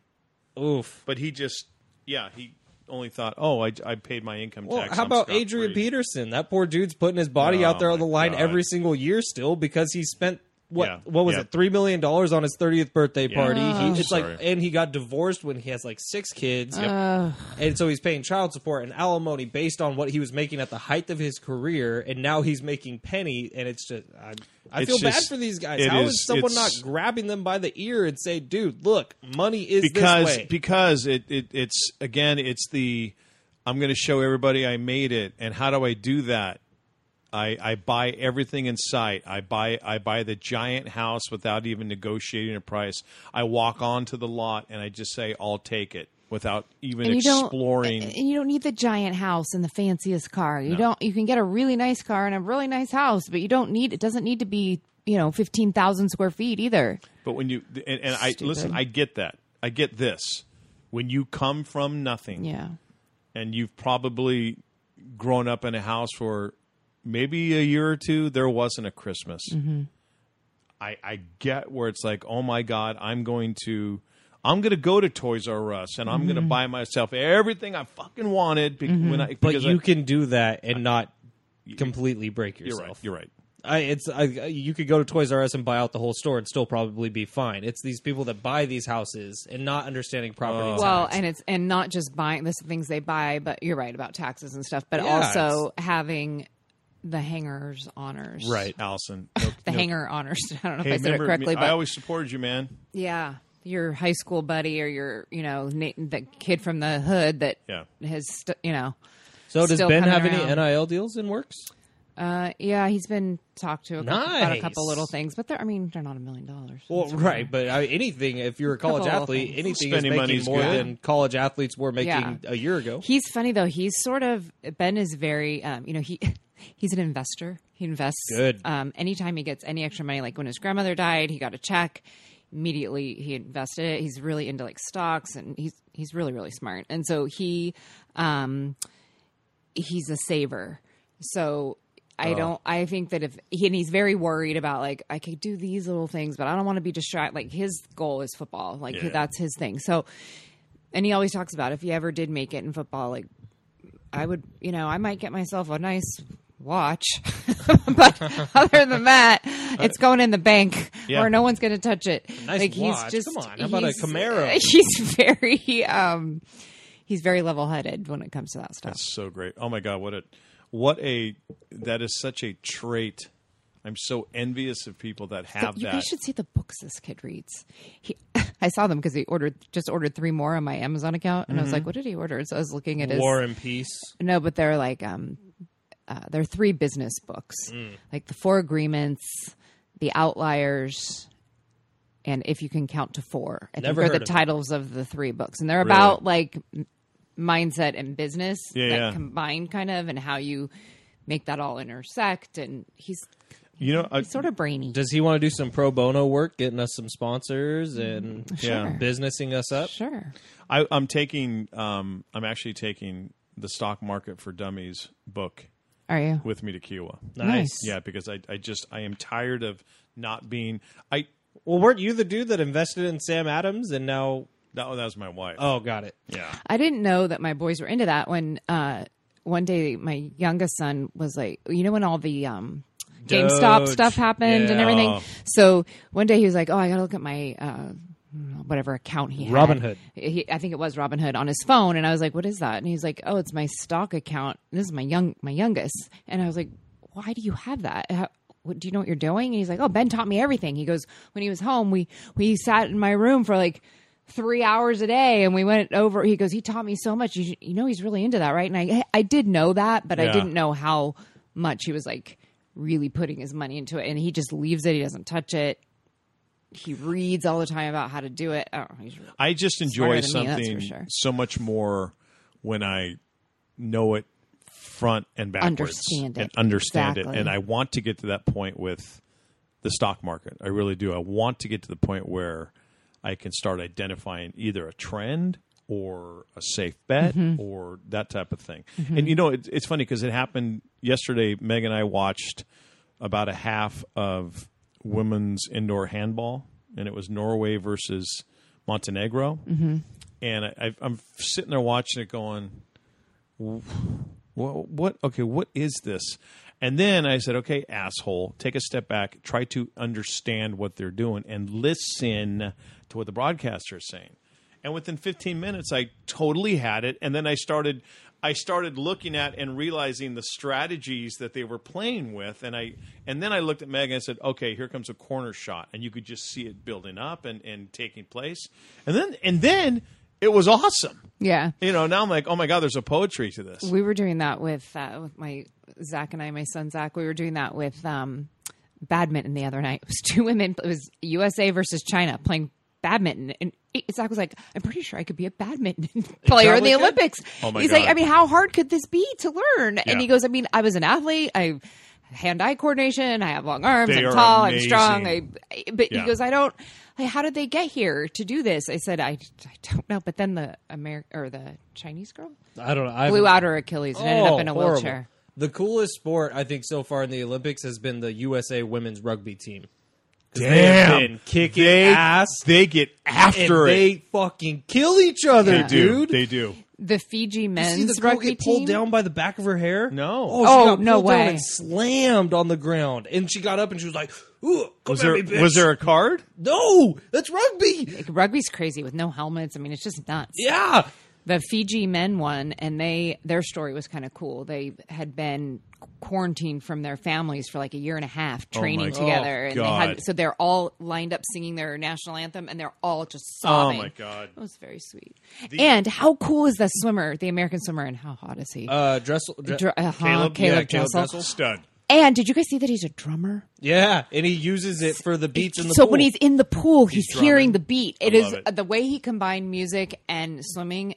Oof.
but he just, yeah, he only thought, oh, I, I paid my income
Well,
tax.
how
I'm
about
scot-free.
Adrian Peterson? That poor dude's putting his body
Oh,
out there on the
my
line
God.
every single year still because he spent what
Yeah.
what was
Yeah.
it three million dollars on his thirtieth birthday party. He, it's
Sorry.
like and he got divorced when he has like six kids, and so he's paying child support and alimony based on what he was making at the height of his career, and now he's making penny. And it's just I, I
It's
feel bad
just-
for these guys.
it
How is
is-
someone not
it's-
grabbing them by the ear and say, "Dude, look, money is this
because
way."
because it, it it's again it's the I'm going to show everybody I made it, and how do I do that? I, I buy everything in sight. I buy I buy the giant house without even negotiating a price. I walk onto the lot and I just say I'll take it without even
And you don't- eh,
exploring.
And you don't need the giant house and the fanciest car. You don't. You can get a really nice car and a really nice house, but you don't need. It doesn't need to be you know fifteen thousand square feet either.
But when you and, and I
Stupid.
listen, I get that. I get this. When you come from nothing
Yeah.
and you've probably grown up in a house for maybe a year or two, there wasn't a Christmas.
Mm-hmm.
I, I get where it's like, oh my God, I'm going to I'm going to go to Toys R Us and I'm going to
Mm-hmm.
buy myself everything I fucking wanted. Be- when I,
but
because
you
I,
can do that and not completely break
You're
yourself.
right. You're right.
I, it's I, you could go to Toys R Us and buy out the whole store and still probably be fine. It's these people that buy these houses and not understanding
Oh.
property. tax.
Well, and it's and not just buying this things they buy, but you're right about taxes and stuff, but
Yeah,
also having the hangers honors.
Allison. No-
The
no-
hanger honors. I don't know
Hey,
if I said
remember,
it
me-
correctly, but
I always supported you, man.
Yeah, your high school buddy or your you know na- the kid from the hood that
Yeah.
has st- you know.
so does
still
Ben
coming
have any
around.
NIL deals in works?
Uh, yeah, he's been talked to a couple, about a couple
Nice.
little things, but they're, I mean, they're not a million dollars.
Well,
That's what
right, but I, anything if you're a college
Couple
athlete,
things.
anything
Spending
is
money's
making more
good.
than college athletes were making
Yeah.
a year ago.
He's funny though. He's sort of Ben is very, um, you know, he he's an investor. He invests.
Good.
Um, anytime he gets any extra money, like when his grandmother died, he got a check. Immediately, he invested it. He's really into like stocks, and he's he's really really smart. And so he, um, he's a saver. So. I
Oh.
don't. I think that if he and he's very worried about like I could do these little things, but I don't want to be distracted. Like his goal is football. Like that's his thing. So and he always talks about if he ever did make it in football, like I would, you know, I might get myself a nice watch, but other than that, it's going in the bank
Yeah.
or no one's going to touch it.
Nice
like he's
watch.
just
Come on. How about a
he's-
Camaro?
He's very um he's very level-headed when it comes to that stuff.
That's so great. Oh my god, what a what a that is such a trait. I'm so envious of people that
So
have
you
that.
guys should see the books this kid reads. He, I saw them because he ordered just ordered three more on my Amazon account, and I was like, "What did he order?" So I was looking at his
War and Peace.
No, but they're like um, uh, they're three business books, like the Four Agreements, the Outliers, and if you can count to four. I
Never
think are
heard
the
of
titles of the three books, and they're about like m- mindset and business
Yeah,
that
yeah.
combined kind of, and how you make that all intersect. And he's
you know, I,
he's sort of brainy.
Does he want to do some pro bono work, getting us some sponsors and
Yeah.
Mm, Sure.
businessing us up?
Sure.
I, I'm taking. Um, I'm actually taking the stock market for dummies book
Are you?
with me to Kiowa.
Nice.
Yeah, because I, I just I am tired of not being. I
Well, weren't you the dude that invested in Sam Adams and now?
that, that was my wife.
Oh, got it.
yeah.
I didn't know that my boys were into that when uh, one day my youngest son was like, you know, when all the um, GameStop
Doge.
stuff happened and
Yeah.
everything. So one day he was like, oh, I got to look at my. Uh, Whatever account he had,
Robinhood.
He, I think it was Robinhood on his phone, and I was like, "What is that?" And he's like, "Oh, it's my stock account. And this is my young, my youngest." And I was like, "Why do you have that? How, what, do you know what you're doing?" And he's like, "Oh, Ben taught me everything." He goes, "When he was home, we we sat in my room for like three hours a day and we went over he goes he taught me so much you, you know he's really into that right and i i did know that but i
Yeah.
didn't know how much he was like really putting his money into it and he just leaves it he doesn't touch it he reads all the time about how to do it oh, he's really-
I just
Smarter
enjoy
than me, that's for
something
sure.
so much more when I know it front and backwards
Understand it.
and understand
Exactly.
it. And I want to get to that point with the stock market. I really do. I want to get to the point where I can start identifying either a trend or a safe bet
Mm-hmm.
or that type of thing. And you know, it, it's funny because it happened yesterday. Meg and I watched about a half of women's indoor handball, and it was Norway versus Montenegro. Mm-hmm. And I, I, I'm sitting there watching it, going, what, what okay what is this and then i said okay asshole take a step back try to understand what they're doing and listen to what the broadcaster is saying and within 15 minutes i totally had it and then i started i started looking at and realizing the strategies that they were playing with and i and then i looked at meg and i said okay here comes a corner shot and you could just see it building up and and taking place and then and then it was awesome
yeah
you know now i'm like oh my god there's a poetry to this
We were doing that with uh, with my Zach and I, my son Zach. We were doing that with um, badminton the other night. It was two women. It was USA versus China playing badminton, and it- Zach was like, "I'm pretty sure I could be a badminton player in
probably
the
could.
Olympics."
Oh my
He's like,
God.
"I mean, how hard could this be to learn?"
Yeah.
And he goes, "I mean, I was an athlete. I." Hand-eye coordination. I have long arms.
They are
I'm tall.
amazing.
I'm strong. I, I- but
Yeah.
he goes, I don't. Like, how did they get here to do this? I said, I, I don't know. But then the American or the Chinese girl
I don't know. I
blew
haven't-
out her Achilles and ended
Oh,
up in a
horrible.
wheelchair.
The coolest sport I think so far in the Olympics has been the USA women's rugby team. 'Cause they have
Damn.
been kicking
They-
ass.
They get
and
after
they
it.
fucking kill each other,
They
dude.
They do.
The Fiji
You
men's
see the girl
rugby
get
team.
pulled down by the back of her hair?
No.
Oh, she
Oh,
got
no
pulled down
way.
and slammed on the ground, and she got up and she was like, "Ooh, come
Was
at
there
me, bitch."
was there a card?
No, that's rugby.
Like, rugby's crazy with no helmets. I mean, it's just nuts.
Yeah,
The Fiji men won, and they their story was kind of cool. They had been quarantined from their families for like a year and a half, training
God.
together,
Oh,
and they
God.
had so they're all lined up singing their national anthem, and they're all just
Oh
sobbing.
my god.
It was very sweet. and how cool is the swimmer, the American swimmer, and how hot is he?
uh, Dressel. Dre-
Dr- uh-huh,
Caleb?
Caleb,
Yeah, Caleb
Dressel.
Dressel. Stud.
And did you guys see that he's a drummer?
Yeah, and he uses it for the beats in the
so
pool.
when he's in the pool, he's,
drumming.
hearing the beat. It
love
is
it.
the way he combined music and swimming.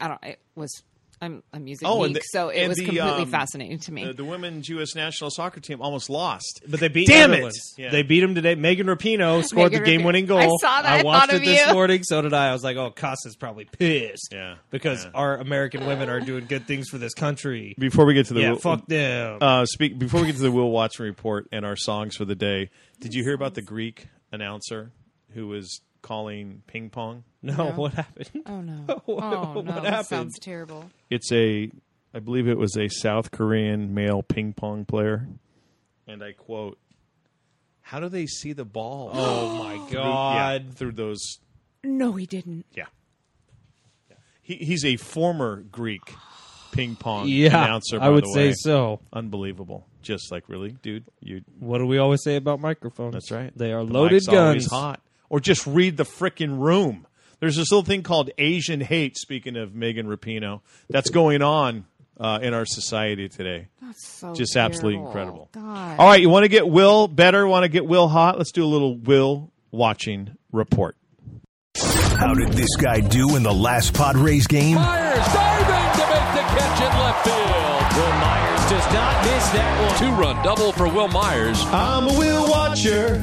I don't. It was. I'm a music
Oh, and
geek,
the-
so it
and
was
the,
completely
um,
fascinating to me.
The, the women's U.S. national soccer team almost lost.
but they beat
Damn
everyone.
it! Yeah.
They beat him today. Megan Rapinoe scored
Megan
the game-winning goal.
Rapinoe. I saw that. I
watched
thought
it
of
this
you.
morning. So did I. I was like, "Oh, Costa's probably pissed."
Yeah,
because
yeah.
our American women are doing good things for this country.
Before we get to the
yeah,
Will-
fuck them.
Uh, speak before we get to the Will Watson report and our songs for the day. Did you hear about the Greek announcer who was calling ping pong?
no, what happened?
oh no! Oh no! That
happened?
sounds terrible.
It's a, I believe it was a South Korean male ping pong player, and I quote, "How do they see the ball?"
Oh my
through, yeah,
god!
through those
No, he didn't.
Yeah. He, he's a former Greek ping pong
Yeah,
announcer, by
I would
the
say
way.
so.
Unbelievable. Just like, really? Dude, you.
What do we always say about microphones?
That's right.
They are
The
loaded
mic's always
guns.
hot. Or just read the frickin' room. There's this little thing called Asian hate, speaking of Megan Rapino, that's going on uh, in our society today.
That's so
Just absolutely
terrible.
incredible.
God.
All right, you want to get Will better, want to get Will hot? Let's do a little Will watching report.
How did this guy do in the last Padres game?
Myers diving to make the catch in left field. Will Myers does not miss that one. Two run double for Will Myers.
I'm a wheel watcher.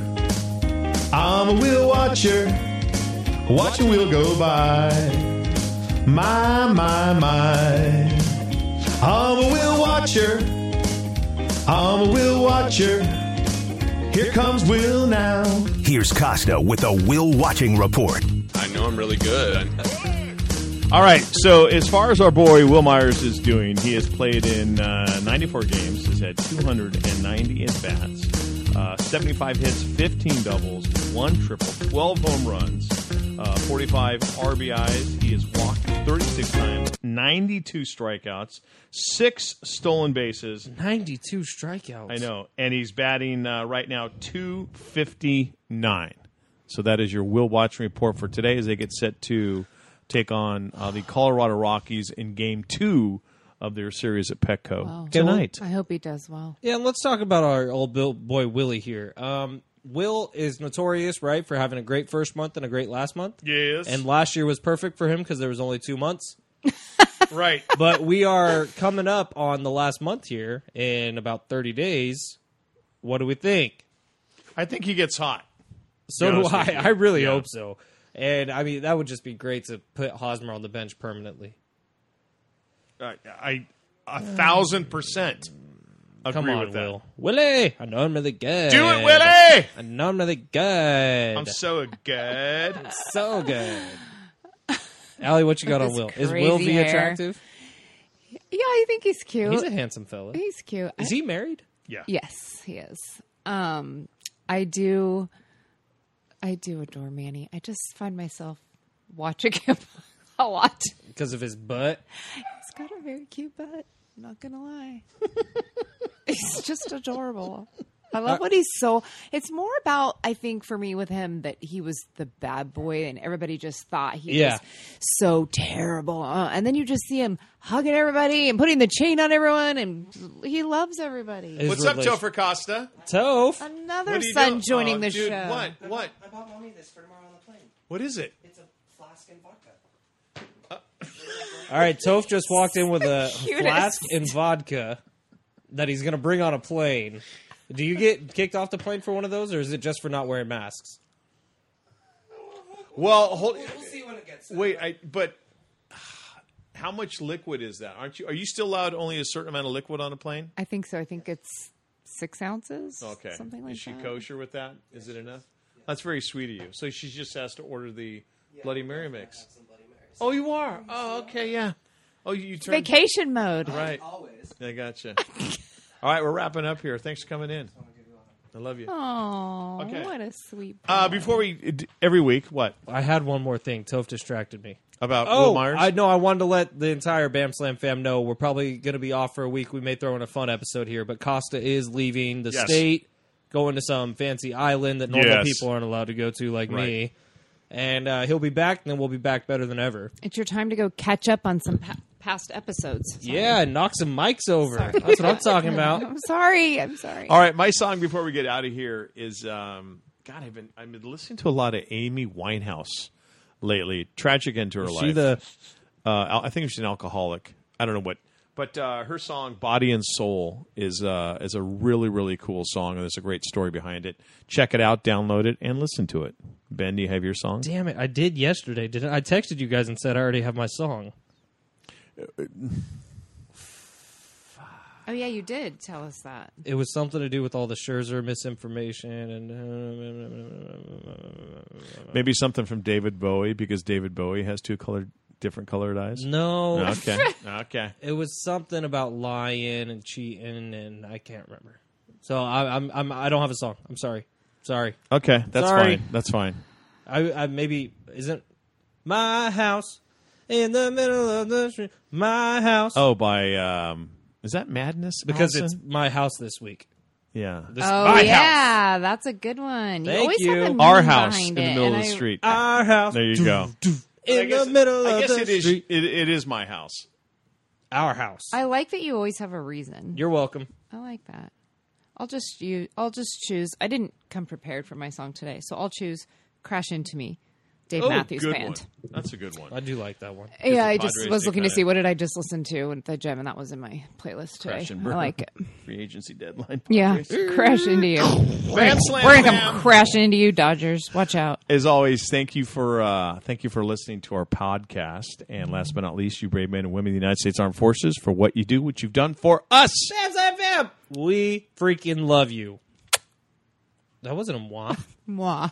I'm a wheel watcher. Watch a wheel go by. My, my, my. I'm a wheel watcher. I'm a wheel watcher. Here comes Will now.
Here's Costa with a Will Watching report.
I know I'm really good.
All right, so as far as our boy Will Myers is doing, he has played in uh, 94 games, has had 290 at bats, uh, 75 hits, 15 doubles, 1 triple, 12 home runs, uh, 45 RBIs. He has walked 36 times, 92 strikeouts, 6 stolen bases.
Ninety-two strikeouts.
I know, and he's batting uh, right now 259. So that is your Will Watching report for today as they get set to take on uh, the Colorado Rockies in Game Two of their series at Petco tonight.
Oh, I hope he does well.
Yeah, and let's talk about our old Bill, boy Willie here. Um, Will is notorious, right, for having a great first month and a great last month.
Yes.
And last year was perfect for him because there was only two months.
right.
But we are coming up on the last month here in about 30 days. What do we think?
I think he gets hot.
So
Be
do
honest with
I.
you.
I really
Yeah.
hope so. And I mean, that would just be great to put Hosmer on the bench permanently.
I, I a thousand percent agree
Come on,
with that.
Will. Willie, I know I'm really good.
Do it, Willie!
I know I'm really good.
I'm so good.
so good. Allie, what you got on
This
Will? Is Will
crazy
be
hair.
attractive?
Yeah, I think he's cute.
He's a handsome fella.
He's cute.
Is he married?
Yeah.
Yes, he is. Um, I do, I do adore Manny. I just find myself watching him a lot.
Because of his butt.
He's got a very cute butt. Not gonna lie, he's just adorable. I
Uh,
love what he's so. It's more about, I think, for me with him that he was the bad boy, and everybody just thought he
Yeah.
was so terrible. Uh, and then you just see him hugging everybody and putting the chain on everyone, and he loves everybody.
His
What's up,
relation-
Topher Costa?
Toph?
Another
What are you
son
doing?
joining
Oh,
the
dude,
show.
What? What?
I bought mommy this for tomorrow on the plane.
What is it?
It's a flask and vodka.
Uh, All right, Toph just walked in with a
Cutest.
flask and vodka that he's going to bring on a plane. Do you get kicked off the plane for one of those, or is it just for not wearing masks?
Well, hold.
We'll see when it gets there.
Wait, I but how much liquid is that? Aren't you? Are you still allowed only a certain amount of liquid on a plane?
I think so. I think it's six ounces.
Okay,
Something like
is she
that.
kosher with that? Is it enough? That's very sweet of you. So she just has to order the Bloody Mary mix.
Some Bloody Marys.
Oh, you are. Oh, okay, yeah. Oh, you, you turned
Vacation mode.
right.
Always.
I gotcha. All right, we're wrapping up here. Thanks for coming in. I love you.
Oh,
Okay.
what a sweet.
Uh, before we every week, what
I had one more thing. Toph distracted me.
about Will
Oh,
Myers?
I know. I wanted to let the entire Bam Slam fam know we're probably going to be off for a week. We may throw in a fun episode here, but Costa is leaving the
Yes.
state, going to some fancy island that normal
Yes.
people aren't allowed to go to, like
Right.
me. And uh, he'll be back, and then we'll be back better than ever.
It's your time to go catch up on some pa- past episodes.
Yeah, knock some mics over. That's what I'm talking about.
I'm sorry. I'm sorry.
All right, my song before we get out of here is um, God. I've been I've been listening to a lot of Amy Winehouse lately. Tragic end to her
Is
life.
she the-
uh, al- I think she's an alcoholic. I don't know what, but uh, her song "Body and Soul" is uh, is a really really cool song, and there's a great story behind it. Check it out, download it, and listen to it. Ben, do you have your song?
Damn it! I did yesterday, didn't I? I texted you guys and said I already have my song.
Oh yeah, you did tell us that.
It was something to do with all the Scherzer misinformation uh, and.
Maybe something from David Bowie because David Bowie has two colored different colored eyes.
No.
Okay. okay.
It was something about lying and cheating, and I can't remember. So I, I'm, I'm I don't have a song. I'm sorry. Sorry.
Okay. That's
Sorry.
fine. That's fine.
I, I maybe isn't my house in the middle of the street. My house.
Oh, by um, is that Madness?
because
Allison?
it's my house this week.
yeah,
This
oh
my house.
yeah, that's a good one.
Thank
you always
you.
have a
our
meme
house in
behind
the
it,
middle of
and
the
I- uh,
street.
Our house.
there you go.
In the middle
I
of
guess
the
it is.
street.
It, it is my house.
Our house.
I like that you always have a reason.
You're welcome.
I like that. I'll just you. I'll just choose. I didn't come prepared for my song today, so I'll choose "Crash Into Me," Dave Matthews
Oh, good
Band.
one. That's a good one.
I do like that one.
Yeah, I
the
just
Padres
was
do
looking to
kinda-
see what did I just listen to at the gym, and that was in my playlist today.
Crash and
I
burn.
like it.
Free agency deadline.
Yeah, crash into you.
Bam, slam,
We're gonna come
bam.
crashing into you, Dodgers. Watch out.
As always, thank you for uh, thank you for listening to our podcast. And last but not least, you brave men and women of the United States Armed Forces for what you do, what you've done for us.
We freaking love you. That wasn't a moi.
Mwah.